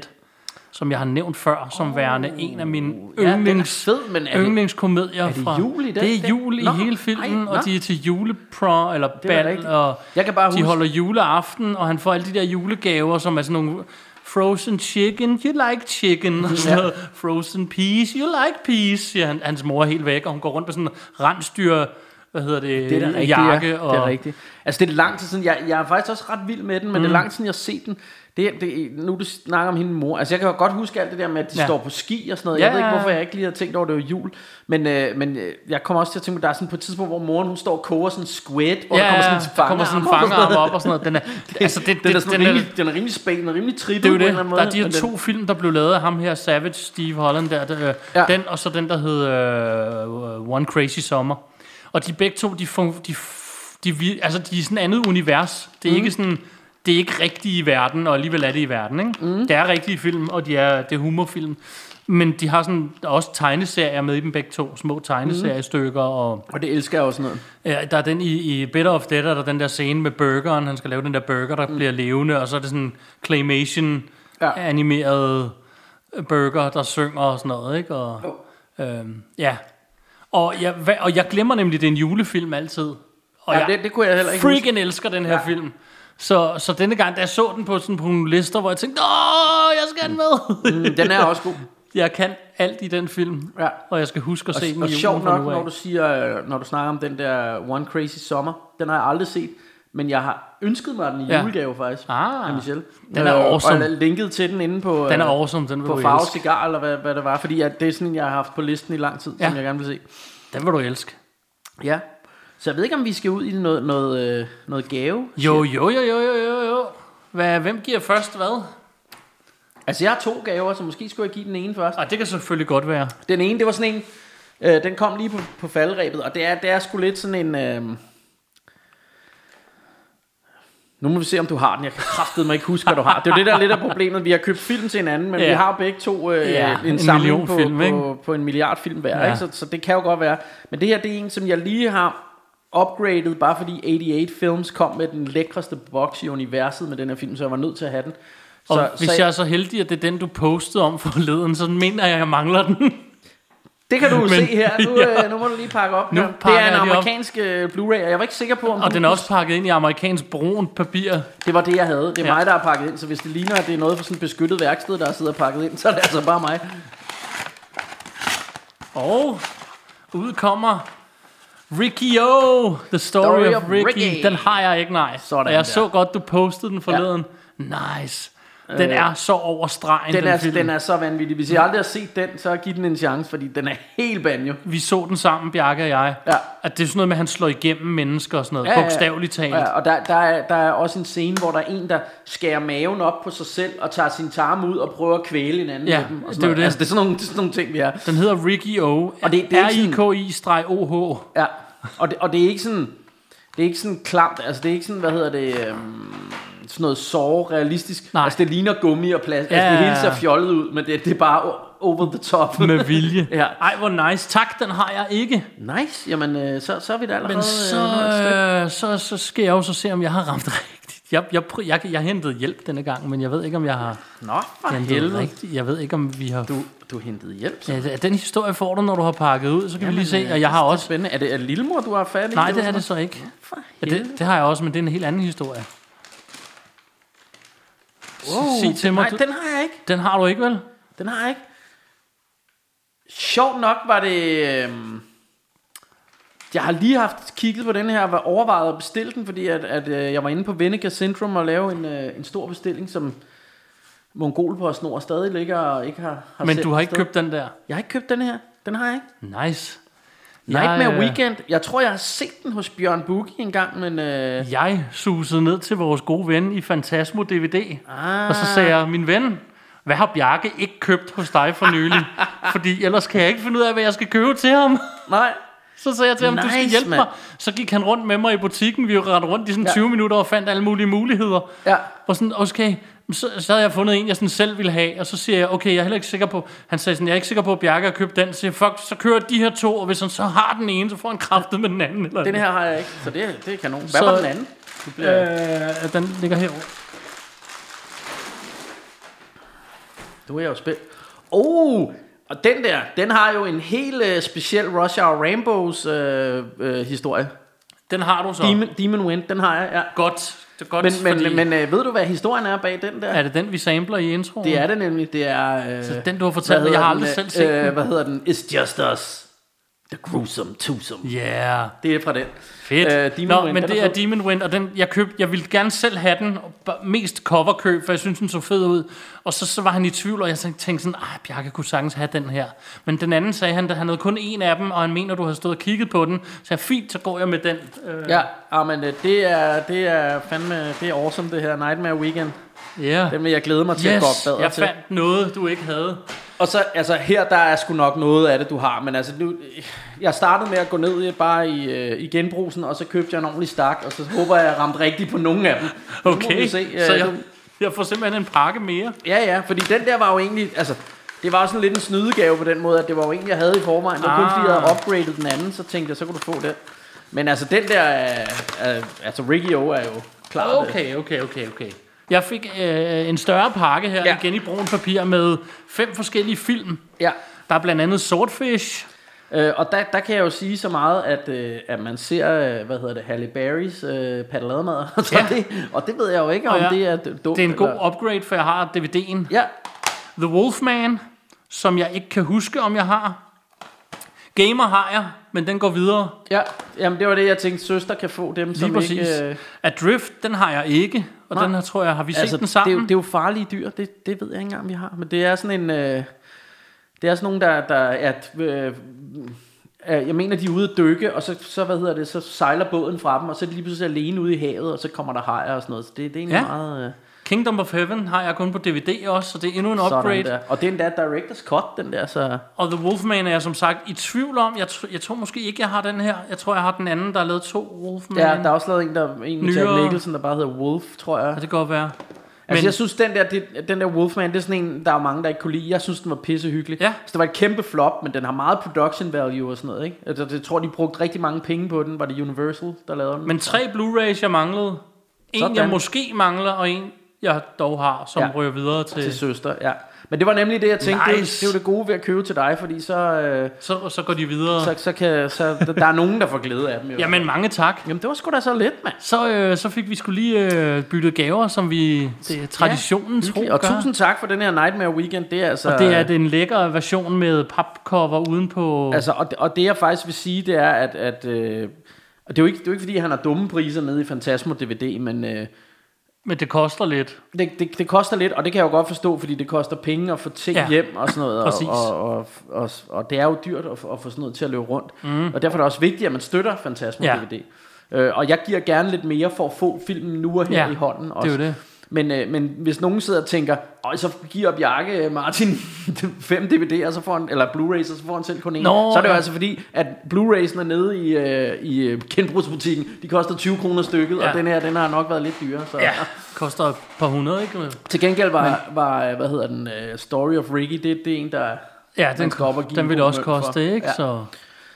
Speaker 2: som jeg har nævnt før, som oh, værende en af mine
Speaker 1: Ja, den er
Speaker 2: yndlings,
Speaker 1: fed, men er det-
Speaker 2: yndlingskomedier
Speaker 1: det
Speaker 2: fra...
Speaker 1: jul i den?
Speaker 2: Det er
Speaker 1: Den-
Speaker 2: jul i
Speaker 1: Nå,
Speaker 2: hele filmen,
Speaker 1: ej,
Speaker 2: og
Speaker 1: nå.
Speaker 2: de er til julepro eller
Speaker 1: var da
Speaker 2: bal,
Speaker 1: ikke-
Speaker 2: og
Speaker 1: Jeg kan bare
Speaker 2: de
Speaker 1: huske-
Speaker 2: holder juleaften, og han får alle de der julegaver, som er sådan nogle... Frozen chicken, you like chicken, og sådan
Speaker 1: Ja.
Speaker 2: noget. Frozen peas, you like peas, siger han. Hans mor er helt væk, og hun går rundt med sådan en rensdyr, hvad hedder det,
Speaker 1: Det er da rigtigt,
Speaker 2: jakke.
Speaker 1: ja.
Speaker 2: og,
Speaker 1: Det er rigtigt. Altså, det er lang tid siden. Jeg, jeg er faktisk også ret vild med den, men mm. det er lang tid siden, jeg har set den. Det, det, nu du snakker om hende mor. Altså, jeg kan jo godt huske alt det der med, at de
Speaker 2: Ja.
Speaker 1: ja. står på ski og sådan noget.
Speaker 2: Ja,
Speaker 1: Jeg ved ikke,
Speaker 2: ja, ja.
Speaker 1: hvorfor jeg ikke lige har tænkt over, at det var jul. Men, øh, men øh, jeg kommer også til at tænke på, at der er sådan på et tidspunkt, hvor moren hun står og koger sådan en squid, og
Speaker 2: Ja,
Speaker 1: der kommer sådan en
Speaker 2: der kommer sådan en
Speaker 1: fangerarm
Speaker 2: fangerarm op og sådan
Speaker 1: [laughs]
Speaker 2: noget. Den er, altså det,
Speaker 1: Den er, sådan
Speaker 2: den
Speaker 1: rimelig, den er rimelig spæn, den er rimelig trippet
Speaker 2: det er jo
Speaker 1: på en eller
Speaker 2: det.
Speaker 1: anden måde.
Speaker 2: Der er de her
Speaker 1: og den-
Speaker 2: to film, der blev lavet af ham her, Savage, Steve Holland der. der øh, ja.
Speaker 1: Ja.
Speaker 2: Den og så den, der hed øh, One Crazy Summer. Og de begge to, de, fun, de, f- de, vi- altså, de er sådan et andet univers. Det er mm. ikke sådan... Det er ikke rigtigt i verden, og alligevel er det i verden. Ikke? Mm. Det er rigtige film, og de er, det er humorfilm. Men de har sådan, der er også tegneserier med i dem begge to. Små tegneseriestykker. Og,
Speaker 1: Og det elsker jeg også noget.
Speaker 2: ja, der er den i, i Better of Dead, er der den der scene med burgeren. Han skal lave den der burger, der mm. bliver levende. Og så er det sådan claymation ja.
Speaker 1: Ja.
Speaker 2: animeret burger, der synger og sådan noget, ikke? Og, øhm, ja. Og jeg, hva- og jeg glemmer nemlig, det er en julefilm altid. Og
Speaker 1: Ja, det- det kunne jeg heller ikke
Speaker 2: freaking elsker den her ja. film. Så, så denne gang, da jeg så den på, sådan, på nogle lister, hvor jeg tænkte, åh, jeg skal have den med.
Speaker 1: Mm, Den er også god.
Speaker 2: jeg kan alt i den film,
Speaker 1: Ja.
Speaker 2: og jeg skal huske at se den
Speaker 1: Og
Speaker 2: i
Speaker 1: sjovt
Speaker 2: julen fra
Speaker 1: nok,
Speaker 2: nu af.
Speaker 1: når du, siger, øh, når du snakker om den der One Crazy Summer, den har jeg aldrig set, men jeg har ønsket mig den i
Speaker 2: Ja.
Speaker 1: julegave faktisk
Speaker 2: Ah.
Speaker 1: af Michelle.
Speaker 2: Den er
Speaker 1: Øh,
Speaker 2: awesome.
Speaker 1: Og jeg linkede til den inde på,
Speaker 2: Den er
Speaker 1: øh,
Speaker 2: awesome, den vil
Speaker 1: på
Speaker 2: du
Speaker 1: Farve
Speaker 2: elske.
Speaker 1: Cigar, eller hvad, hvad det var, fordi at det er sådan en, jeg har haft på listen i lang tid,
Speaker 2: Ja.
Speaker 1: som jeg gerne vil se.
Speaker 2: Den vil du elske.
Speaker 1: Ja. Så jeg ved ikke, om vi skal ud i noget, noget, øh, noget gave.
Speaker 2: Jo, jo, jo, jo, jo, jo, jo. Hvad, hvem giver først hvad?
Speaker 1: Altså, jeg har to gaver, så måske skulle jeg give den ene først.
Speaker 2: Og Ah, det kan selvfølgelig godt være.
Speaker 1: Den ene, det var sådan en, øh, den kom lige på, på faldrebet, og det er, det er sgu lidt sådan en... Øh, nu må vi se, om du har den. Jeg kan kraftedeme mig ikke huske, hvad du har. Det er jo det, der er lidt af problemet. Vi har købt film til hinanden, men
Speaker 2: Ja.
Speaker 1: vi har jo begge to øh,
Speaker 2: Ja,
Speaker 1: ja,
Speaker 2: en
Speaker 1: en, samling
Speaker 2: million
Speaker 1: på,
Speaker 2: film,
Speaker 1: på,
Speaker 2: ikke?
Speaker 1: på, på en milliard film hver.
Speaker 2: Ja.
Speaker 1: Ja. Ikke? Så, så det kan jo godt være. Men det her, det er en, som jeg lige har upgradet, bare fordi 88 Films kom med den lækreste boks i universet med den her film, så jeg var nødt til at have den.
Speaker 2: Og så, hvis jeg er så heldig, at det er den, du postede om forleden, så mener jeg, at jeg mangler den. [laughs]
Speaker 1: Det kan du jo se her. Nu,
Speaker 2: Ja.
Speaker 1: ja. nu må du lige pakke op.
Speaker 2: Nu
Speaker 1: Nu det
Speaker 2: pakker
Speaker 1: er en
Speaker 2: jeg lige op.
Speaker 1: amerikansk øh, Blu-ray, og jeg var ikke sikker på, om
Speaker 2: Og
Speaker 1: du-
Speaker 2: den er også pakket ind i amerikansk brunt papir.
Speaker 1: det var det, jeg havde. Det er
Speaker 2: Ja.
Speaker 1: ja. mig, der har pakket ind, så hvis det ligner, at det er noget fra sådan et beskyttet værksted, der sidder pakket ind, [laughs] så er det altså bare mig.
Speaker 2: Og ud kommer Ricky O, The Story, Story of, Ricky. Ricky. Den har jeg ikke, nej.
Speaker 1: Sådan
Speaker 2: og jeg
Speaker 1: der.
Speaker 2: så godt, du postede den forleden. Ja. Nice. Den er så over stregen, den,
Speaker 1: Øh. Den er,
Speaker 2: film. Mm.
Speaker 1: den er så vanvittig. Hvis I aldrig har set den, så giv den en chance, fordi den er helt banjo.
Speaker 2: Vi så den sammen, Bjarke og jeg.
Speaker 1: Ja.
Speaker 2: At det er sådan noget med, at han slår igennem mennesker og sådan noget.
Speaker 1: Ja, ja, ja.
Speaker 2: Bogstaveligt talt.
Speaker 1: Ja, og der, der, er, der er også en scene, hvor der er en, der skærer maven op på sig selv og tager sin tarm ud og prøver at kvæle hinanden
Speaker 2: Ja,
Speaker 1: med dem. og sådan
Speaker 2: det er jo
Speaker 1: noget.
Speaker 2: det.
Speaker 1: Altså, det er sådan nogle, det er sådan nogle ting, vi er.
Speaker 2: Den hedder Ricky O.
Speaker 1: Og det- det er ikke
Speaker 2: R-I-K-I-O-H.
Speaker 1: Ja, og det, og det er ikke sådan, det er ikke sådan klamt, altså det er ikke sådan, hvad hedder det, øhm, sådan noget sove realistisk.
Speaker 2: Nej.
Speaker 1: Altså det ligner gummi og plast, ja.
Speaker 2: Ja.
Speaker 1: altså det hele ser fjollet ud, men det, det er bare o- over the top.
Speaker 2: Med vilje.
Speaker 1: [laughs] Ja.
Speaker 2: Ej, hvor nice. Tak, den har jeg ikke.
Speaker 1: nice, jamen øh, så, så er vi da allerede.
Speaker 2: Men så,
Speaker 1: øh, nået et stykke.
Speaker 2: øh, så, så skal jeg jo så se, om jeg har ramt [laughs] rigtigt. Jeg, jeg, prø- jeg, jeg hentede hjælp denne gang, men jeg ved ikke, om jeg har
Speaker 1: Nå, for
Speaker 2: hentet
Speaker 1: helvede.
Speaker 2: rigtigt. Jeg ved ikke, om vi har...
Speaker 1: Du, du hentede hjælp, så.
Speaker 2: Ja, den historie får du, når du har pakket ud, så kan vi lige se. Og jeg har også...
Speaker 1: Spændende. Er det er det lillemor, du har fat i?
Speaker 2: Nej, det er det så ikke. Ja, det, det har jeg også, men det er en helt anden historie.
Speaker 1: Wow,
Speaker 2: sig til mig,
Speaker 1: Nej,
Speaker 2: du-
Speaker 1: den har jeg ikke.
Speaker 2: Den har du ikke, vel?
Speaker 1: Den har jeg ikke. Sjovt nok var det... øhm, Jeg har lige haft kigget på den her og var overvejet at bestille den, fordi at, at øh, jeg var inde på Vennega Syndrome og lave en, øh, en stor bestilling, som Mongolposten over stadig ligger og ikke har, har
Speaker 2: Men
Speaker 1: sendt
Speaker 2: du har ikke
Speaker 1: afsted.
Speaker 2: købt den der.
Speaker 1: Jeg har ikke købt den her. Den har jeg ikke.
Speaker 2: Nice.
Speaker 1: Nightmare
Speaker 2: øh,
Speaker 1: Weekend. Jeg tror, jeg har set den hos Bjørn Bugge engang, men... Øh,
Speaker 2: Jeg susede ned til vores gode ven i Fantasmo DVD,
Speaker 1: Ah.
Speaker 2: og så sagde jeg, min ven, hvad har Bjarke ikke købt hos dig for
Speaker 1: [laughs]
Speaker 2: nylig? Fordi ellers kan jeg ikke finde ud af, hvad jeg skal købe til ham. [laughs]
Speaker 1: nej.
Speaker 2: Så sagde jeg til ham, du skal
Speaker 1: Nice,
Speaker 2: hjælpe
Speaker 1: mand.
Speaker 2: mig. Så gik han rundt med mig i butikken, vi rendte rundt i sådan
Speaker 1: Ja.
Speaker 2: 20 minutter og fandt alle mulige muligheder.
Speaker 1: Ja.
Speaker 2: Og sådan, okay, så, så havde jeg fundet en, jeg sådan selv ville have, og så siger jeg, okay, jeg er heller ikke sikker på, han sagde sådan, jeg er ikke sikker på, at Bjarke har købt den, så siger jeg, fuck, så kører de her to, og hvis han så har den ene, så får han kraftet med den anden. Eller
Speaker 1: Den her har jeg ikke, så det, det er kanon. Hvad
Speaker 2: Så-
Speaker 1: så, var den anden? Du bliver, øh,
Speaker 2: Øh, den ligger herovre.
Speaker 1: Du er jo spændt. Oh, og den der, den har jo en helt øh, speciel Rush Hour Rainbows øh, øh, historie.
Speaker 2: Den har du så.
Speaker 1: Demon, Demon Wind, den har jeg, ja.
Speaker 2: Godt. Det er godt,
Speaker 1: Men, men,
Speaker 2: fordi,
Speaker 1: men øh, ved du, hvad historien er bag den der?
Speaker 2: Er det den, vi samler i introen?
Speaker 1: Det er det nemlig, det er... Øh,
Speaker 2: den, du har fortalt
Speaker 1: hvad
Speaker 2: mig, jeg har
Speaker 1: hedder
Speaker 2: aldrig
Speaker 1: den,
Speaker 2: selv set
Speaker 1: øh,
Speaker 2: den.
Speaker 1: Hvad hedder den? It's Just Us. The Gruesome Twosome.
Speaker 2: Yeah.
Speaker 1: Det er fra den.
Speaker 2: Fedt.
Speaker 1: Øh, Demon
Speaker 2: Nå,
Speaker 1: Wind,
Speaker 2: men
Speaker 1: den
Speaker 2: det
Speaker 1: fed.
Speaker 2: er Demon Wind, og den, jeg, købte, jeg ville gerne selv have den, og b- mest coverkøb, for jeg synes, den så fed ud. Og så, så var han i tvivl, og jeg tænkte tænkte sådan, ej, Bjarke kunne sagtens have den her. Men den anden sagde han, at han havde kun en af dem, og han mener, du har stået og kigget på den. Så jeg, fint, så går jeg med den. Øh,
Speaker 1: Ja, ah, men øh, det er, det er fandme, det er awesome det her Nightmare Weekend.
Speaker 2: yeah.
Speaker 1: Den vil jeg glæde mig til at gå
Speaker 2: Yes,
Speaker 1: opdaget
Speaker 2: jeg
Speaker 1: til.
Speaker 2: fandt noget, du ikke havde.
Speaker 1: Og så, altså her, der er sgu nok noget af det, du har, men altså nu, jeg startede med at gå ned i, bare i, øh, i genbrugsen, og så købte jeg en ordentlig stak, og så håber jeg, jeg ramte rigtigt på nogen af dem. Så må
Speaker 2: Okay,
Speaker 1: vi se,
Speaker 2: så
Speaker 1: øh,
Speaker 2: jeg,
Speaker 1: du-
Speaker 2: jeg får simpelthen en pakke mere.
Speaker 1: Ja, ja, fordi den der var jo egentlig, altså, det var sådan lidt en snydegave på den måde, at det var jo en, jeg havde i forvejen, og kun fordi jeg havde
Speaker 2: Ah.
Speaker 1: upgradet den anden, så tænkte jeg, så kunne du få den. Men altså, den der, er, er, altså Ricky O er jo klart. øh,
Speaker 2: Okay, okay, okay, okay. Jeg fik øh, en større pakke her ja.
Speaker 1: Ja.
Speaker 2: igen i brun papir med fem forskellige film.
Speaker 1: Ja,
Speaker 2: Der er blandt andet Swordfish,
Speaker 1: Øh, og der, der kan jeg jo sige så meget, at, øh, at man ser, øh, hvad hedder det, Halle Berrys øh, [laughs] paddelademad, og,
Speaker 2: Ja.
Speaker 1: ja. det, og det ved jeg jo ikke, om
Speaker 2: Og ja,
Speaker 1: ja. det er d- dumt.
Speaker 2: Det er en god
Speaker 1: eller-
Speaker 2: upgrade, for jeg har DVD'en.
Speaker 1: Ja,
Speaker 2: The Wolfman, som jeg ikke kan huske, om jeg har. Gamer har jeg, men den går videre.
Speaker 1: ja, jamen det var det, jeg tænkte, søster kan få dem, som
Speaker 2: Lige præcis.
Speaker 1: ikke... Øh,
Speaker 2: Adrift, den har jeg ikke, og
Speaker 1: Nej.
Speaker 2: den her, tror jeg, har vi set altså, den
Speaker 1: Det er,
Speaker 2: sammen?
Speaker 1: jo, det er jo farlige dyr, det, det ved jeg ikke engang, om vi har. Men det er sådan en... Øh, det er sådan nogle, der... der at, øh, øh, jeg mener, de er ude at dykke, og så, så, hvad hedder det, så sejler båden fra dem, og så er de lige pludselig alene ude i havet, og så kommer der hajer og sådan noget. Så det, det er egentlig ja.
Speaker 2: Ja.
Speaker 1: meget... Øh,
Speaker 2: Kingdom of Heaven har jeg kun på DVD også, så det er endnu en
Speaker 1: sådan
Speaker 2: upgrade.
Speaker 1: Der. Og det er endda Directors Cut, den der, så...
Speaker 2: Og The Wolfman er jeg som sagt i tvivl om. Jeg, tr- jeg tror måske ikke, jeg har den her. Jeg tror, jeg har den anden, der har lavet to Wolfman.
Speaker 1: Ja, der er også lavet en, der, en med Jack
Speaker 2: Mm. Nyere-
Speaker 1: Nicholson, der bare hedder Wolf, tror jeg.
Speaker 2: Ja, det kan godt være.
Speaker 1: Altså,
Speaker 2: Men-
Speaker 1: jeg synes, den der, det, den der Wolfman, det er sådan en, der er mange, der ikke kunne lide. Jeg synes, den var pissehyggelig.
Speaker 2: Ja.
Speaker 1: Så det var et kæmpe flop, men den har meget production value og sådan noget, ikke? Altså, det jeg tror, de brugte rigtig mange penge på den. Var det Universal, der lavede den?
Speaker 2: Men tre Blu-rays, jeg manglede. En,
Speaker 1: Sådan.
Speaker 2: jeg måske mangler, og en, jeg dog har, som
Speaker 1: Ja. Altså,
Speaker 2: ja. rører videre til...
Speaker 1: Til søster, ja. Men det var nemlig det, jeg tænkte. Nice. Det, er jo-
Speaker 2: Nice.
Speaker 1: det er jo det gode ved at købe til dig, fordi så, øh,
Speaker 2: Så, så går de videre.
Speaker 1: så, så kan... Så, der er nogen, der får glæde af dem, jo.
Speaker 2: Jamen, mange tak.
Speaker 1: Jamen, det var sgu da så lidt, mand.
Speaker 2: Så, øh, så fik vi skulle lige øh, byttet gaver, som vi det, er traditionen ja, tro
Speaker 1: Og tusind tak for den her Nightmare Weekend. Det er altså...
Speaker 2: Og det er den lækre version med papcover udenpå. Altså,
Speaker 1: Altså, og, det, og det jeg faktisk vil sige, det er, at... at øh, og det er, jo ikke, det er jo ikke, fordi han har dumme priser nede i Fantasmo DVD, men øh,
Speaker 2: men det koster lidt.
Speaker 1: det, det, det koster lidt, og det kan jeg jo godt forstå, fordi det koster penge at få ting ja,
Speaker 2: Ja,
Speaker 1: hjem og sådan noget.
Speaker 2: præcis.
Speaker 1: Og, og, og, og, og det er jo dyrt at, få- at få sådan noget til at løbe rundt. Mm. Og derfor er det også vigtigt, at man støtter Fantasmo
Speaker 2: Ja.
Speaker 1: DVD. Øh, og jeg giver gerne lidt mere for at få filmen nu og her
Speaker 2: Ja,
Speaker 1: i hånden. Også.
Speaker 2: det er jo det.
Speaker 1: Men, øh, men hvis nogen sidder og tænker, Øj, så giver Bjarke øh, Martin [laughs] fem DVD'er, så får han, eller Blu-rays, og så får han selv kun en.
Speaker 2: Nå,
Speaker 1: så er det jo
Speaker 2: ja.
Speaker 1: altså fordi, at Blu-rays'ene nede i, øh, i øh, genbrugsbutikken, de koster 20 kroner stykket, ja.
Speaker 2: Ja.
Speaker 1: og den her, den har nok været lidt dyrere. Så.
Speaker 2: Ja, koster et par hundrede, ikke?
Speaker 1: Til gengæld var, var øh, hvad hedder den, øh, Story of Ricky, det, det er en, der...
Speaker 2: Ja,
Speaker 1: Man
Speaker 2: den,
Speaker 1: skal op og give en
Speaker 2: den vil
Speaker 1: god
Speaker 2: også
Speaker 1: løn for.
Speaker 2: koste, ikke?
Speaker 1: Ja.
Speaker 2: Ja. Så,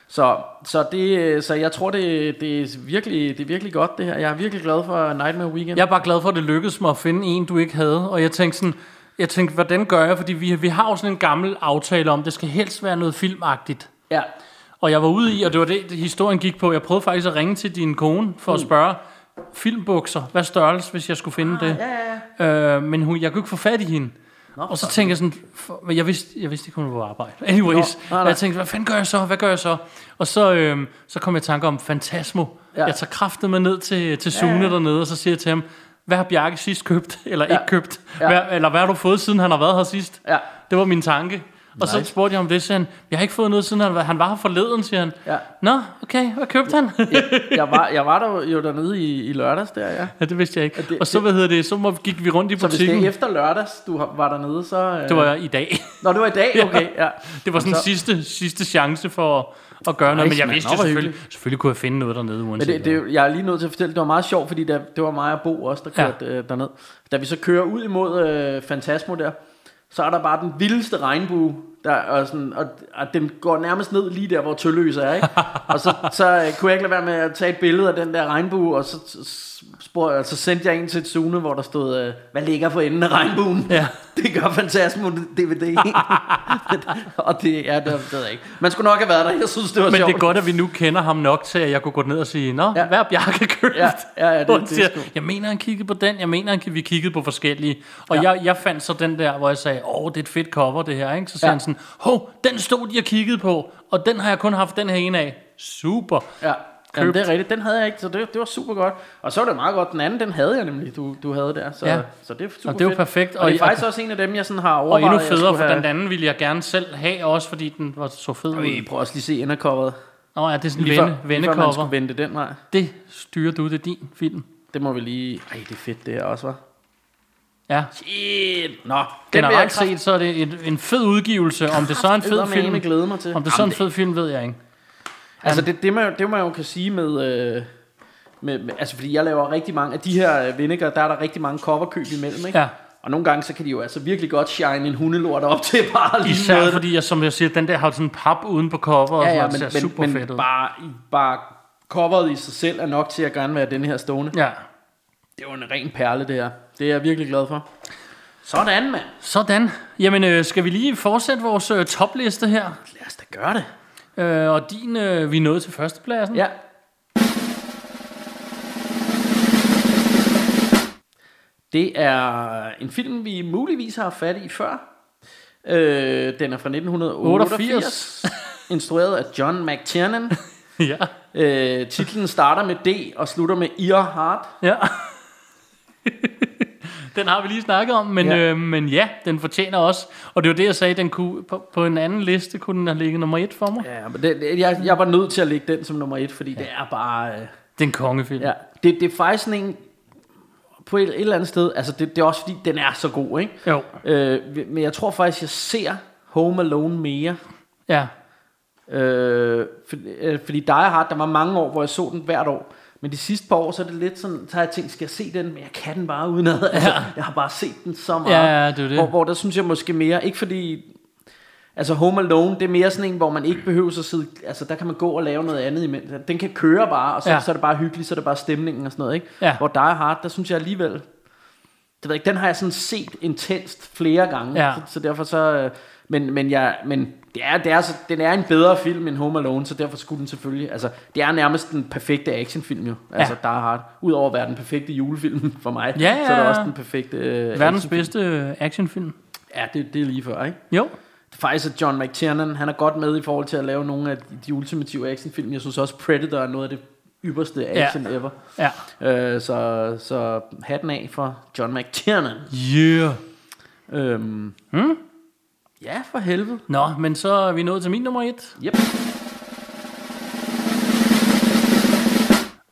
Speaker 1: Så, så, det, øh, så jeg tror, det, det, er virkelig, det er virkelig godt, det her. Jeg er virkelig glad for Nightmare Weekend.
Speaker 2: jeg er bare glad for, at det lykkedes mig at finde en, du ikke havde. Og jeg tænkte sådan, jeg tænkte, hvordan gør jeg? Fordi vi, vi har jo sådan en gammel aftale om, det skal helst være noget filmagtigt.
Speaker 1: Ja.
Speaker 2: Og jeg var ude i, og det var det, det historien gik på. Jeg prøvede faktisk at ringe til din kone for
Speaker 1: Mm.
Speaker 2: at spørge, filmbukser, hvad størrelse, hvis jeg skulle finde det?
Speaker 1: Ah, Ja,
Speaker 2: Øh, men hun, jeg kunne ikke få fat i hende. Nå, og så tænkte jeg sådan, for, men jeg vidste, jeg vidste ikke, hun var på arbejde. [laughs] Anyways,
Speaker 1: nej,
Speaker 2: Nå,
Speaker 1: nej.
Speaker 2: jeg tænkte, hvad fanden gør jeg så? Hvad gør jeg så? Og så, øhm, så kom jeg i tanke om Fantasmo.
Speaker 1: Ja.
Speaker 2: Ja. Jeg tager kraftet med ned til, til Sune ja, ja. dernede, og så siger jeg til ham, hvad har Bjarke sidst købt, [laughs] eller ja. ikke købt? Ja.
Speaker 1: Ja.
Speaker 2: Hvad, eller hvad har du fået, siden han har været her sidst?
Speaker 1: Ja.
Speaker 2: Det var min tanke. Og så
Speaker 1: Nice.
Speaker 2: spurgte jeg om det, siger han, jeg har ikke fået noget, siden han var, han var her forleden, siger han.
Speaker 1: Ja.
Speaker 2: Nå, okay, hvad købte han?
Speaker 1: Jeg var, jeg var der jo dernede i, i lørdags der, ja.
Speaker 2: [laughs] ja, det vidste jeg ikke.
Speaker 1: det-
Speaker 2: og så,
Speaker 1: det-
Speaker 2: hvad hedder det, så må, gik vi rundt i
Speaker 1: Så hvis det
Speaker 2: butikken.
Speaker 1: er
Speaker 2: Det,
Speaker 1: efter lørdags, du har- var dernede, så... Øh...
Speaker 2: det var i dag.
Speaker 1: Nå, det var i dag, okay, ja.
Speaker 2: Det var sådan
Speaker 1: så-
Speaker 2: så... sidste, sidste chance for at, at gøre noget, men jeg
Speaker 1: mand,
Speaker 2: vidste
Speaker 1: nå,
Speaker 2: jo
Speaker 1: hvor
Speaker 2: selvfølgelig, selvfølgelig kunne jeg finde noget dernede
Speaker 1: Men
Speaker 2: uanset
Speaker 1: det, det, jeg er lige nødt til at fortælle, det var meget sjovt, fordi der, det var mig og Bo også, der
Speaker 2: Ja.
Speaker 1: kørte øh, derned. Da vi så kører ud imod øh, Fantasmo der, så er der bare den vildeste regnbue, der, og, sådan, og, og den går nærmest ned lige der, hvor Tølløs
Speaker 2: [laughs]
Speaker 1: er. Ikke? og så, så øh, kunne jeg ikke lade være med at tage et billede af den der regnbue, og så, s- spurgte, og så sendte jeg en til Tsune, hvor der stod, øh, hvad ligger for enden af regnbuen?
Speaker 2: Ja.
Speaker 1: [laughs] Det gør Fantasmo
Speaker 2: [laughs]
Speaker 1: DVD. [laughs] og det er det, ved jeg ikke. Man skulle nok have været der, jeg synes, det var
Speaker 2: Men
Speaker 1: sjovt.
Speaker 2: det er godt, at vi nu kender ham nok til, at jeg kunne gå ned og sige, Nå,
Speaker 1: Ja.
Speaker 2: ja. hvad har Bjarke købt?
Speaker 1: Ja, ja, ja, det-
Speaker 2: Hvor
Speaker 1: det
Speaker 2: han
Speaker 1: er
Speaker 2: siger,
Speaker 1: sgu-
Speaker 2: jeg mener, han kiggede på den, jeg mener, han vi kiggede på forskellige. Og jeg, jeg fandt så den der, hvor jeg sagde, åh, det er et fedt cover, det her. Ikke? Så siger
Speaker 1: Ja.
Speaker 2: han sådan, hov, den stod de og kiggede på, og den har jeg kun haft den her en af. Super.
Speaker 1: Ja, Jamen,
Speaker 2: Købt.
Speaker 1: det er rigtigt. Den havde jeg ikke, så det, det var super godt. Og så var det meget godt. Den anden, den havde jeg nemlig, du, du havde der. Så, ja.
Speaker 2: Ja.
Speaker 1: så det er super
Speaker 2: Og det var
Speaker 1: fedt.
Speaker 2: perfekt,
Speaker 1: Og,
Speaker 2: og
Speaker 1: det er
Speaker 2: jeg-
Speaker 1: faktisk også en af dem, jeg sådan har
Speaker 2: Og
Speaker 1: overvejet.
Speaker 2: endnu
Speaker 1: jeg skulle
Speaker 2: federe, for
Speaker 1: have-
Speaker 2: den anden ville jeg gerne selv have også, fordi den var så fed
Speaker 1: Øj,
Speaker 2: ud.
Speaker 1: prøv også lige se indercoveret.
Speaker 2: Nå ja, det er sådan en
Speaker 1: Lige før-
Speaker 2: vende,
Speaker 1: lige før man skulle
Speaker 2: vendecover.
Speaker 1: vente den vej.
Speaker 2: Det styrer du, det er din film.
Speaker 1: Det må vi lige... Ej, det er fedt det her også, var.
Speaker 2: Ja.
Speaker 1: Shit. Nå, den vil jeg
Speaker 2: Generelt set, så er det en, en fed udgivelse. Om det så er en fed film,
Speaker 1: glæde mig til.
Speaker 2: om det så er en fed film, ved jeg ikke.
Speaker 1: Altså det, det, man, jo- det man jo kan sige med, øh, med, med, altså fordi jeg laver rigtig mange af de her øh, vinegar, der er der rigtig mange coverkøb imellem, ikke?
Speaker 2: Ja.
Speaker 1: Og nogle gange, så kan de jo altså virkelig godt shine en hundelort op [laughs] til bare lige
Speaker 2: Især
Speaker 1: noget,
Speaker 2: fordi, jeg, som jeg siger, den der har sådan en pap uden på cover,
Speaker 1: ja, ja,
Speaker 2: og sådan,
Speaker 1: men,
Speaker 2: noget, det ser
Speaker 1: men,
Speaker 2: super
Speaker 1: men,
Speaker 2: fedt ud.
Speaker 1: men bare, bare coveret i sig selv er nok til at gerne være den her stående.
Speaker 2: Ja.
Speaker 1: Det var en ren perle, det her. Det er jeg virkelig glad for. Sådan, mand.
Speaker 2: Sådan. Jamen, øh, skal vi lige fortsætte vores øh, topliste her?
Speaker 1: Lad os da gøre det.
Speaker 2: Øh, og din, øh, vi er nået til førstepladsen.
Speaker 1: Ja. Det er en film, vi muligvis har haft fat i før. Øh, den er fra [laughs] 1988.
Speaker 2: 88.
Speaker 1: instrueret af John McTiernan.
Speaker 2: [laughs] ja.
Speaker 1: Øh, titlen starter med D og slutter med Ear Heart.
Speaker 2: ja. [laughs] den har vi lige snakket om, men
Speaker 1: Ja.
Speaker 2: ja. Øh, men ja, den fortjener også. Og det var det, jeg sagde, den kunne, på, på en anden liste kunne den have ligget nummer et for mig. Ja.
Speaker 1: Ja, men det, det- jeg, jeg var nødt til at lægge den som nummer et, fordi ja. det er bare... Øh,
Speaker 2: Den kongefilm.
Speaker 1: Ja, det, det er faktisk sådan en, på et, et eller andet sted, altså det, det er også fordi, den er så god, ikke?
Speaker 2: Jo.
Speaker 1: Øh, men jeg tror faktisk, jeg ser Home Alone mere.
Speaker 2: Ja.
Speaker 1: Øh, for, øh, fordi Die Hard, der var mange år, hvor jeg så den hvert år. Men de sidste par år, så er det lidt sådan, så har jeg tænkt, skal jeg se den? Men jeg kan den bare uden ad. Altså, jeg har bare set den så meget.
Speaker 2: Ja, ja, det er jo det.
Speaker 1: Hvor, hvor der synes jeg måske mere, ikke fordi... Altså Home Alone, det er mere sådan en, hvor man ikke behøver at sidde... Altså der kan man gå og lave noget andet imens. Den kan køre bare, og så, ja.
Speaker 2: Ja.
Speaker 1: så er det bare hyggeligt, så er det bare stemningen og sådan noget, ikke?
Speaker 2: Ja.
Speaker 1: Hvor Die Hard, der synes jeg alligevel... Det ved jeg ikke, den har jeg sådan set intenst flere gange.
Speaker 2: Ja.
Speaker 1: Så, så derfor så... øh, Men, men, jeg, men det er, det er så, den er en bedre film end Home Alone, så derfor skulle den selvfølgelig... Altså, det er nærmest den perfekte actionfilm jo. Altså, ja.
Speaker 2: Ja.
Speaker 1: Die Hard. Udover at være den perfekte julefilm [laughs] for mig,
Speaker 2: Ja, ja,
Speaker 1: så er det
Speaker 2: ja.
Speaker 1: også den perfekte... Øh,
Speaker 2: Verdens
Speaker 1: actionfilm.
Speaker 2: bedste øh, actionfilm.
Speaker 1: Ja, det, det er lige før, ikke?
Speaker 2: Jo.
Speaker 1: Det er faktisk, at John McTiernan, han er godt med i forhold til at lave nogle af de, de ultimative actionfilm. Jeg synes også, Predator er noget af det ypperste action ja. ever.
Speaker 2: Ja.
Speaker 1: Øh, så, så hatten af for John McTiernan.
Speaker 2: Yeah.
Speaker 1: Øhm, hmm? Ja, for helvede.
Speaker 2: Nå, men så er vi nået til min nummer et.
Speaker 1: Yep.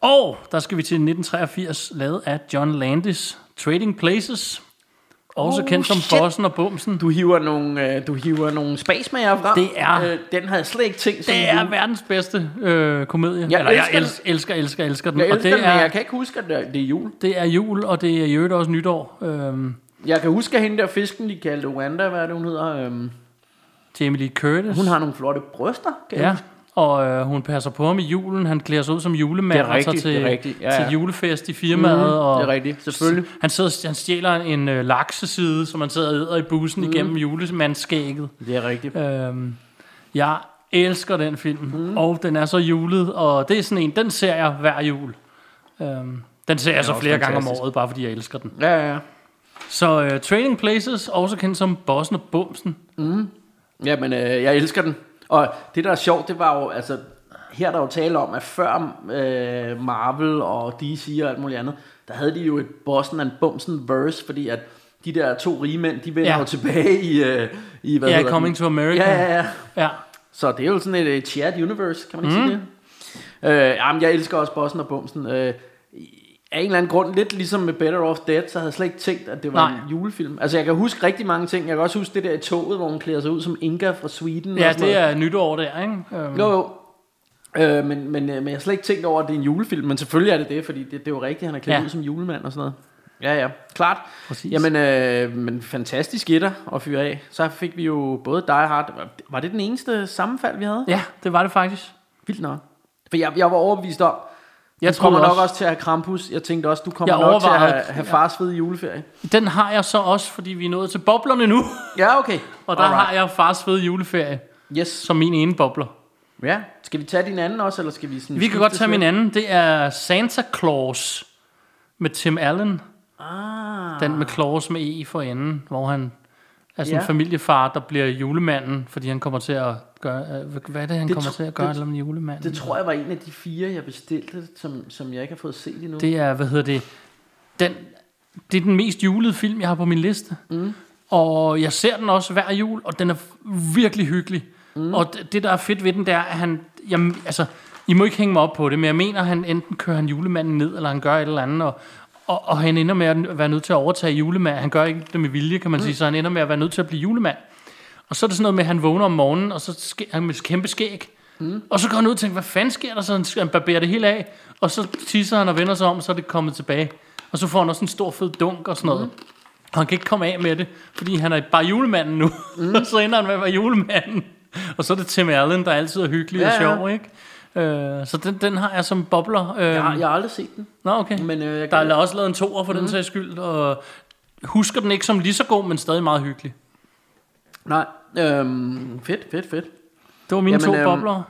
Speaker 2: Og der skal vi til 1983, lavet af John Landis, Trading Places. Også
Speaker 1: Oh,
Speaker 2: oh, kendt som
Speaker 1: shit.
Speaker 2: Bossen og Bumsen.
Speaker 1: Du hiver nogle, øh, du hiver nogle spasmager frem.
Speaker 2: Det er-
Speaker 1: Øh, den havde jeg slet ikke tænkt som
Speaker 2: Det er
Speaker 1: jul.
Speaker 2: verdens bedste øh, komedie.
Speaker 1: Jeg
Speaker 2: Jeg Eller jeg
Speaker 1: elsker
Speaker 2: elsker, elsker, elsker, elsker den.
Speaker 1: Jeg elsker
Speaker 2: og det
Speaker 1: den, men
Speaker 2: er,
Speaker 1: jeg kan ikke huske, at det er, det er jul.
Speaker 2: det er jul, og det er i øvrigt også nytår. Øhm,
Speaker 1: Jeg kan huske, at hende der fisken, de kaldte Wanda, hvad er det, hun hedder? Øhm,
Speaker 2: Jamie Lee Curtis.
Speaker 1: hun har nogle flotte bryster, kan jeg
Speaker 2: Ja,
Speaker 1: huske.
Speaker 2: og øh, hun passer på ham i julen. Han klæder sig ud som julemand
Speaker 1: Det er
Speaker 2: og
Speaker 1: rigtigt,
Speaker 2: tager
Speaker 1: det er
Speaker 2: til,
Speaker 1: rigtigt. Ja, ja. Mhm,
Speaker 2: til julefest i firmaet. Mm, og
Speaker 1: det er rigtigt, selvfølgelig.
Speaker 2: Han, sidder, han stjæler en øh, lakseside, som han sidder og æder i
Speaker 1: Mhm.
Speaker 2: bussen mm. igennem julemandskægget.
Speaker 1: Det er rigtigt.
Speaker 2: Øhm, jeg elsker den film,
Speaker 1: Mhm.
Speaker 2: mm. og den er så julet, og det er sådan en, den ser jeg hver jul. Øhm, den ser jeg så
Speaker 1: også
Speaker 2: flere gange om
Speaker 1: fantastisk.
Speaker 2: året, bare fordi jeg elsker den.
Speaker 1: Ja, ja, ja.
Speaker 2: Så uh, Trading Places, også kendt som Bossen og Bumsen.
Speaker 1: Jamen, øh, jeg elsker den. Og det, der er sjovt, det var jo, altså, her er der jo tale om, at før øh, Marvel og DC og alt muligt andet, der havde de jo et Boston and Bumsen verse, fordi at de der to rige mænd, de vender ja.
Speaker 2: Ja.
Speaker 1: jo tilbage i, øh, i hvad
Speaker 2: Ja,
Speaker 1: hedder
Speaker 2: Coming
Speaker 1: den?
Speaker 2: to America.
Speaker 1: Ja, ja, ja.
Speaker 2: Ja,
Speaker 1: Så det er jo sådan et øh, shared universe, kan man ikke mm. sige det? Øh, jamen, jeg elsker også Boston og Bumsen. Øh, i- af en eller anden grund, lidt ligesom med Better Off Dead, så havde jeg slet ikke tænkt, at det var
Speaker 2: Nej.
Speaker 1: en julefilm. Altså, jeg kan huske rigtig mange ting. Jeg kan også huske det der i toget, hvor hun klæder sig ud som Inga fra Sweden.
Speaker 2: ja
Speaker 1: og sådan
Speaker 2: det er nytår der, ikke? Øhm,
Speaker 1: noget. Jo, jo. Øh, men, men, øh, men jeg har slet ikke tænkt over, at det er en julefilm. Men selvfølgelig er det det, fordi det, det er jo rigtigt, han er klædt ja.
Speaker 2: Ja.
Speaker 1: ud som julemand og sådan noget. Ja, ja, klart.
Speaker 2: Præcis.
Speaker 1: Jamen, øh, men fantastisk etter at fyre af. Så fik vi jo både Die Hard. Var- Var det den eneste sammenfald, vi havde?
Speaker 2: Ja, det var det faktisk.
Speaker 1: Vildt nok. For jeg, jeg var overbevist om, jeg
Speaker 2: Jeg
Speaker 1: du kommer
Speaker 2: troede
Speaker 1: nok
Speaker 2: også-
Speaker 1: også til at have Krampus. Jeg tænkte også, du kommer
Speaker 2: Jeg
Speaker 1: nok til at
Speaker 2: overvejede-
Speaker 1: have, have fars fede juleferie.
Speaker 2: Den har jeg så også, fordi vi er nået til boblerne nu.
Speaker 1: Ja, okay.
Speaker 2: Og der har jeg fars fede juleferie
Speaker 1: Yes.
Speaker 2: som min ene bobler.
Speaker 1: Ja. Skal vi tage din anden også, eller skal vi sådan...
Speaker 2: Vi kan godt tage min anden. Det er Santa Claus med Tim Allen.
Speaker 1: Ah.
Speaker 2: Den med Claus med E for enden, hvor han er sådan
Speaker 1: Ja.
Speaker 2: en familiefar, der bliver julemanden, fordi han kommer til at gøre... øh, hvad- Hvad er det, han
Speaker 1: Det
Speaker 2: det kommer
Speaker 1: tr-
Speaker 2: til at gøre
Speaker 1: det-
Speaker 2: det, med julemanden?
Speaker 1: Det tror jeg var en af de fire, jeg bestilte, som, som jeg ikke har fået set endnu.
Speaker 2: Det er, hvad hedder det, den, det er den mest julede film, jeg har på min liste. Mm. Og jeg ser den også hver jul, og den er virkelig hyggelig. Mm. Og det, det, der er fedt ved den, det er, at han... Jamen, altså, I må ikke hænge mig op på det, men jeg mener, at han enten kører han julemanden ned, eller han gør et eller andet, og, og, og han ender med at være nødt til at overtage julemanden. Han gør ikke det med vilje, kan man mm. sige, så han ender med at være nødt til at blive julemand. Og så er det sådan noget med, at han vågner om morgenen, og så sker han med et kæmpe skæg. Mm. Og så går han ud og tænker, hvad fanden sker der? Så han, han barberer det hele af, og så tisser han og vender sig om, og så er det kommet tilbage. Og så får han også en stor fed dunk og sådan noget. Mm. Og han kan ikke komme af med det, fordi han er bare julemanden nu. [laughs] Mm. så ender han med at være julemanden. Og så er det Tim Allen, der altid er hyggelig ja,
Speaker 1: Ja,
Speaker 2: og
Speaker 1: ja.
Speaker 2: sjov, ikke? Øh, så den, den har jeg som bobler. Øh,
Speaker 1: Jeg, har- jeg har aldrig set den.
Speaker 2: Nå, okay.
Speaker 1: Men, øh, jeg
Speaker 2: der
Speaker 1: kan-
Speaker 2: er også lavet en toer for mm. den sags skyld, og husker den ikke som lige så god, men stadig meget hyggelig.
Speaker 1: Nej. Øhm, fedt, fedt, fedt.
Speaker 2: Det var mine
Speaker 1: Jamen,
Speaker 2: Jamen, to
Speaker 1: øhm,
Speaker 2: bobler.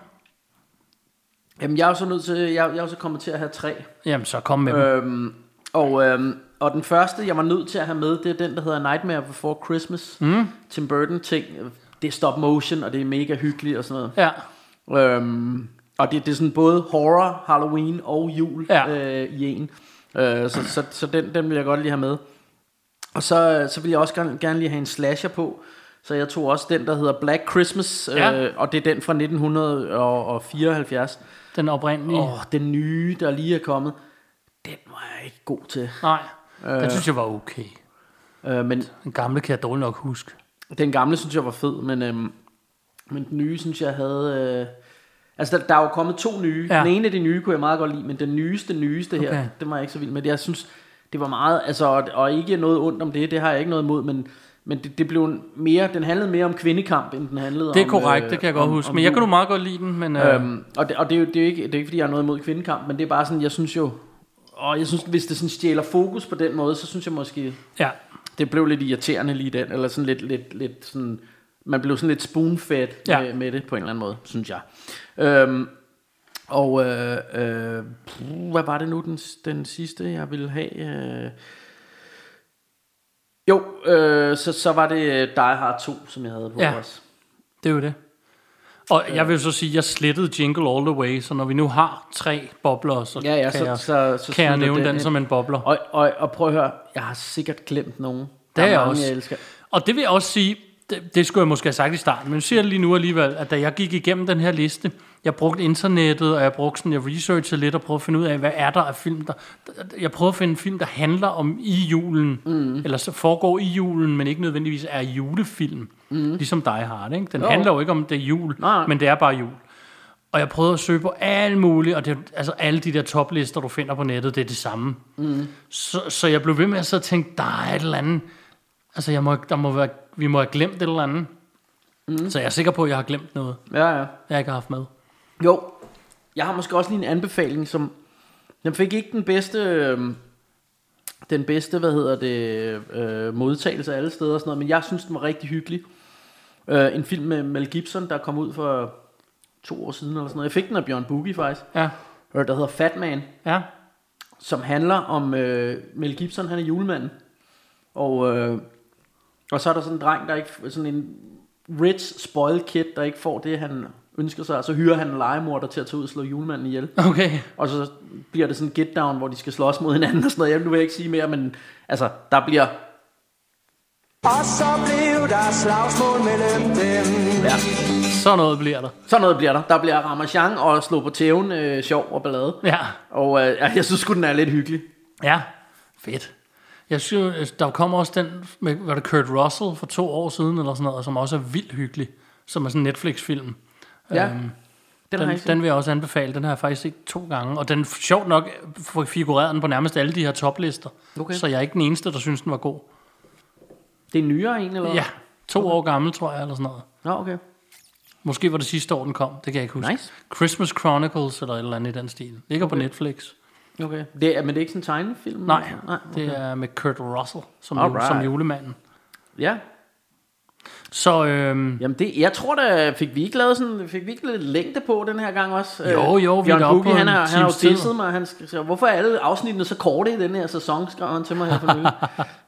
Speaker 1: Jamen, jeg er jo så nødt til, jeg, jeg er jo så kommet til at have tre.
Speaker 2: Jamen, så kom med øh,
Speaker 1: Øhm, og, øhm, og den første, jeg var nødt til at have med, det er den, der hedder Nightmare Before Christmas. Mm. Tim Burton ting. Det er stop motion, og det er mega hyggeligt og sådan noget.
Speaker 2: Ja.
Speaker 1: Øhm, og det, det er sådan både horror, Halloween og jul
Speaker 2: Ja.
Speaker 1: ja. øh, i en. Øh, så så, så den, den vil jeg godt lige have med. Og så, så vil jeg også gerne, gerne lige have en slasher på. Så jeg tog også den, der hedder Black Christmas,
Speaker 2: Ja.
Speaker 1: øh, og det er den fra 1974.
Speaker 2: den oprindelige.
Speaker 1: Åh, oh, den nye, der lige er kommet, den var jeg ikke god til.
Speaker 2: Nej, øh. den synes jeg var okay.
Speaker 1: Øh, men
Speaker 2: Den gamle kan jeg dårligt nok huske.
Speaker 1: Den gamle synes jeg var fed, men, øhm, men den nye synes jeg havde... Øh, altså, der, der er jo kommet to nye.
Speaker 2: Ja.
Speaker 1: Ja. Den ene af de nye kunne jeg meget godt lide, men den nyeste, nyeste her,
Speaker 2: Okay.
Speaker 1: den var jeg ikke så vild med. Jeg synes, det var meget... Altså, og, og ikke noget ondt om det, det har jeg ikke noget imod, men, men det, det blev en mere, den handlede mere om kvindekamp, end den handlede
Speaker 2: Det er
Speaker 1: om... øh,
Speaker 2: korrekt, det kan jeg godt
Speaker 1: om,
Speaker 2: huske.
Speaker 1: om
Speaker 2: Men jeg
Speaker 1: jul.
Speaker 2: kan du meget godt lide den, men... Øh,
Speaker 1: Øhm, og det, og det, er jo, det, er jo ikke, det er ikke, fordi jeg har noget imod kvindekamp, men det er bare sådan, jeg synes jo... Og jeg synes, hvis det sådan stjæler fokus på den måde, så synes jeg måske,
Speaker 2: ja.
Speaker 1: det blev lidt irriterende lige den, eller sådan lidt, lidt, lidt sådan, man blev sådan lidt spoonfed
Speaker 2: Ja.
Speaker 1: ja. med, med det på en eller anden måde, synes jeg. Øhm, og øh, øh, puh, hvad var det nu den, den sidste, jeg ville have? Øh, jo, øh, så, så var det øh, Die Hard 2, som jeg havde på
Speaker 2: Ja.
Speaker 1: ja. os.
Speaker 2: Det er jo det. Og jeg vil så sige, at jeg slettede Jingle All The Way, så når vi nu har tre bobler, så
Speaker 1: Ja, ja,
Speaker 2: kan,
Speaker 1: så,
Speaker 2: jeg,
Speaker 1: så, så, så
Speaker 2: kan jeg
Speaker 1: smider
Speaker 2: nævne den
Speaker 1: ind.
Speaker 2: som en bobler.
Speaker 1: Og, og, og prøv at høre, jeg har sikkert glemt nogen.
Speaker 2: Det
Speaker 1: Der
Speaker 2: er jeg
Speaker 1: mange,
Speaker 2: også.
Speaker 1: jeg elsker.
Speaker 2: Og det vil jeg også sige, det, det skulle jeg måske have sagt i starten, men nu siger jeg det lige nu alligevel, at da jeg gik igennem den her liste, jeg brugte internettet, og jeg brugte sådan, jeg researchede lidt og prøvede at finde ud af, hvad er der af film, der... Jeg prøvede at finde en film, der handler om i julen, mm. eller så foregår i julen, men ikke nødvendigvis er julefilm, mm. ligesom Die Hard, ikke? Den jo. handler jo ikke om, det er jul,
Speaker 1: Nej.
Speaker 2: men det er bare jul. Og jeg prøvede at søge på alt muligt, og det, altså alle de der toplister, du finder på nettet, det er det samme. Mm. Så, så jeg blev ved med at sidde og tænke, der er et eller andet, Altså, jeg må, der må være, vi må have glemt et eller andet. Mm. Så jeg er sikker på, at jeg har glemt noget,
Speaker 1: Ja, ja.
Speaker 2: jeg ikke har haft med.
Speaker 1: Jo, jeg har måske også lige en anbefaling, som... Den fik ikke den bedste... Øh, den bedste, hvad hedder det, øh, modtagelse alle steder og sådan noget, men jeg synes, den var rigtig hyggelig. Øh, en film med Mel Gibson, der kom ud for to år siden eller sådan noget. Jeg fik den af Bjørn Boogie faktisk,
Speaker 2: Ja,
Speaker 1: øh, der hedder Fat Man,
Speaker 2: ja,
Speaker 1: som handler om øh, Mel Gibson, han er julemanden. Og, øh, og så er der sådan en dreng, der ikke, sådan en rich, spoiled kid, der ikke får det, han ønsker sig, og så hyrer han en legemorder til at tage ud og slå julemanden ihjel.
Speaker 2: okay.
Speaker 1: Og så bliver det sådan en get down, hvor de skal slås mod hinanden og sådan noget. Jeg nu vil jeg ikke sige mere, men altså, der bliver...
Speaker 3: Og så blev der slagsmål mellem dem.
Speaker 1: Ja,
Speaker 2: Så noget bliver der.
Speaker 1: sådan noget bliver der. Der bliver Ramachan og slå på tæven, øh, sjov og ballade.
Speaker 2: Ja,
Speaker 1: Og øh, ja, jeg synes sgu, den er lidt hyggelig.
Speaker 2: ja, fedt. Jeg synes, øh, der kommer også den med, var det Kurt Russell for to år siden, eller sådan noget, som også er vildt hyggelig, som er sådan en Netflix-film.
Speaker 1: Ja,
Speaker 2: Øhm,
Speaker 1: den, har
Speaker 2: Den,
Speaker 1: jeg ikke set.
Speaker 2: den vil jeg også anbefale. Den har jeg faktisk set to gange. Og den, sjovt nok, f- figurerede den på nærmest alle de her toplister.
Speaker 1: Okay.
Speaker 2: Så jeg er ikke den eneste, der synes, den var god.
Speaker 1: Det er nyere en, eller?
Speaker 2: Ja, to år gammel, tror jeg, eller sådan noget.
Speaker 1: Nå, okay.
Speaker 2: Måske var det sidste år, den kom. Det kan jeg ikke huske.
Speaker 1: Nice.
Speaker 2: Christmas Chronicles eller et eller andet i den stil. Ligger okay. på Netflix.
Speaker 1: okay. Det er, men det er ikke sådan en tegnefilm?
Speaker 2: Nej,
Speaker 1: eller sådan?
Speaker 2: Nej okay. det er med Kurt Russell som, jule,
Speaker 1: Alright.
Speaker 2: som julemanden.
Speaker 1: Ja,
Speaker 2: Så øhm,
Speaker 1: Jamen det, jeg tror da, fik vi ikke lavet sådan, fik vi ikke lidt længde på den her gang også?
Speaker 2: Jo,
Speaker 1: Øh,
Speaker 2: jo, vi er
Speaker 1: Bjørn
Speaker 2: da oppe
Speaker 1: Bugge,
Speaker 2: på
Speaker 1: han
Speaker 2: en
Speaker 1: har, han har jo
Speaker 2: times tid.
Speaker 1: tisset mig, han skrev, hvorfor er alle afsnittene så korte i den her sæson, skrev han til mig her for nylig.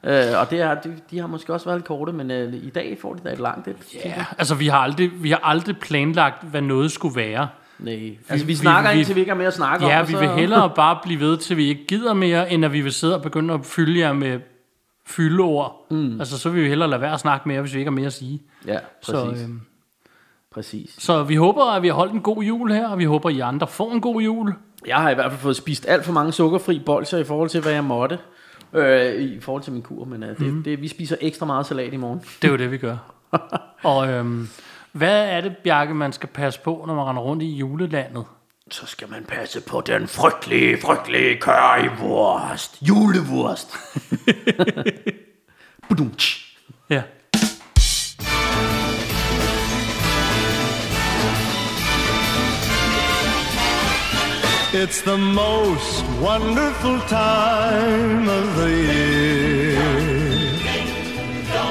Speaker 2: [laughs]
Speaker 1: øh, og det har, de, de, har måske også været lidt korte, men øh, i dag får de da et langt et.
Speaker 2: ja, altså vi har, aldrig, vi har aldrig planlagt, hvad noget skulle være.
Speaker 1: Nej, altså vi,
Speaker 2: vi-
Speaker 1: vi snakker
Speaker 2: vi-
Speaker 1: indtil vi ikke har mere at snakke om.
Speaker 2: Ja,
Speaker 1: og
Speaker 2: vi
Speaker 1: så-
Speaker 2: vil hellere bare blive ved, til vi ikke gider mere, end at vi vil sidde og begynde at fylde jer med fyldeord. Mm. Altså så vil vi hellere lade være at snakke mere, hvis vi ikke har mere at sige.
Speaker 1: Ja, præcis.
Speaker 2: Så,
Speaker 1: Så,
Speaker 2: øhm,
Speaker 1: præcis.
Speaker 2: så vi håber, at vi har holdt en god jul her, og vi håber, at I andre får en god jul.
Speaker 1: Jeg har i hvert fald fået spist alt for mange sukkerfri bolcher i forhold til, hvad jeg måtte. Øh, I forhold til min kur, men øh, det, det, vi spiser ekstra meget salat i morgen.
Speaker 2: Det er jo det, vi gør. og øhm, hvad er det, Bjarke, man skal passe på, når man render rundt i julelandet?
Speaker 1: så skal man passe på den frygtelige, frygtelige currywurst. Julevurst. Budum.
Speaker 2: Ja.
Speaker 4: It's the most wonderful time of the year.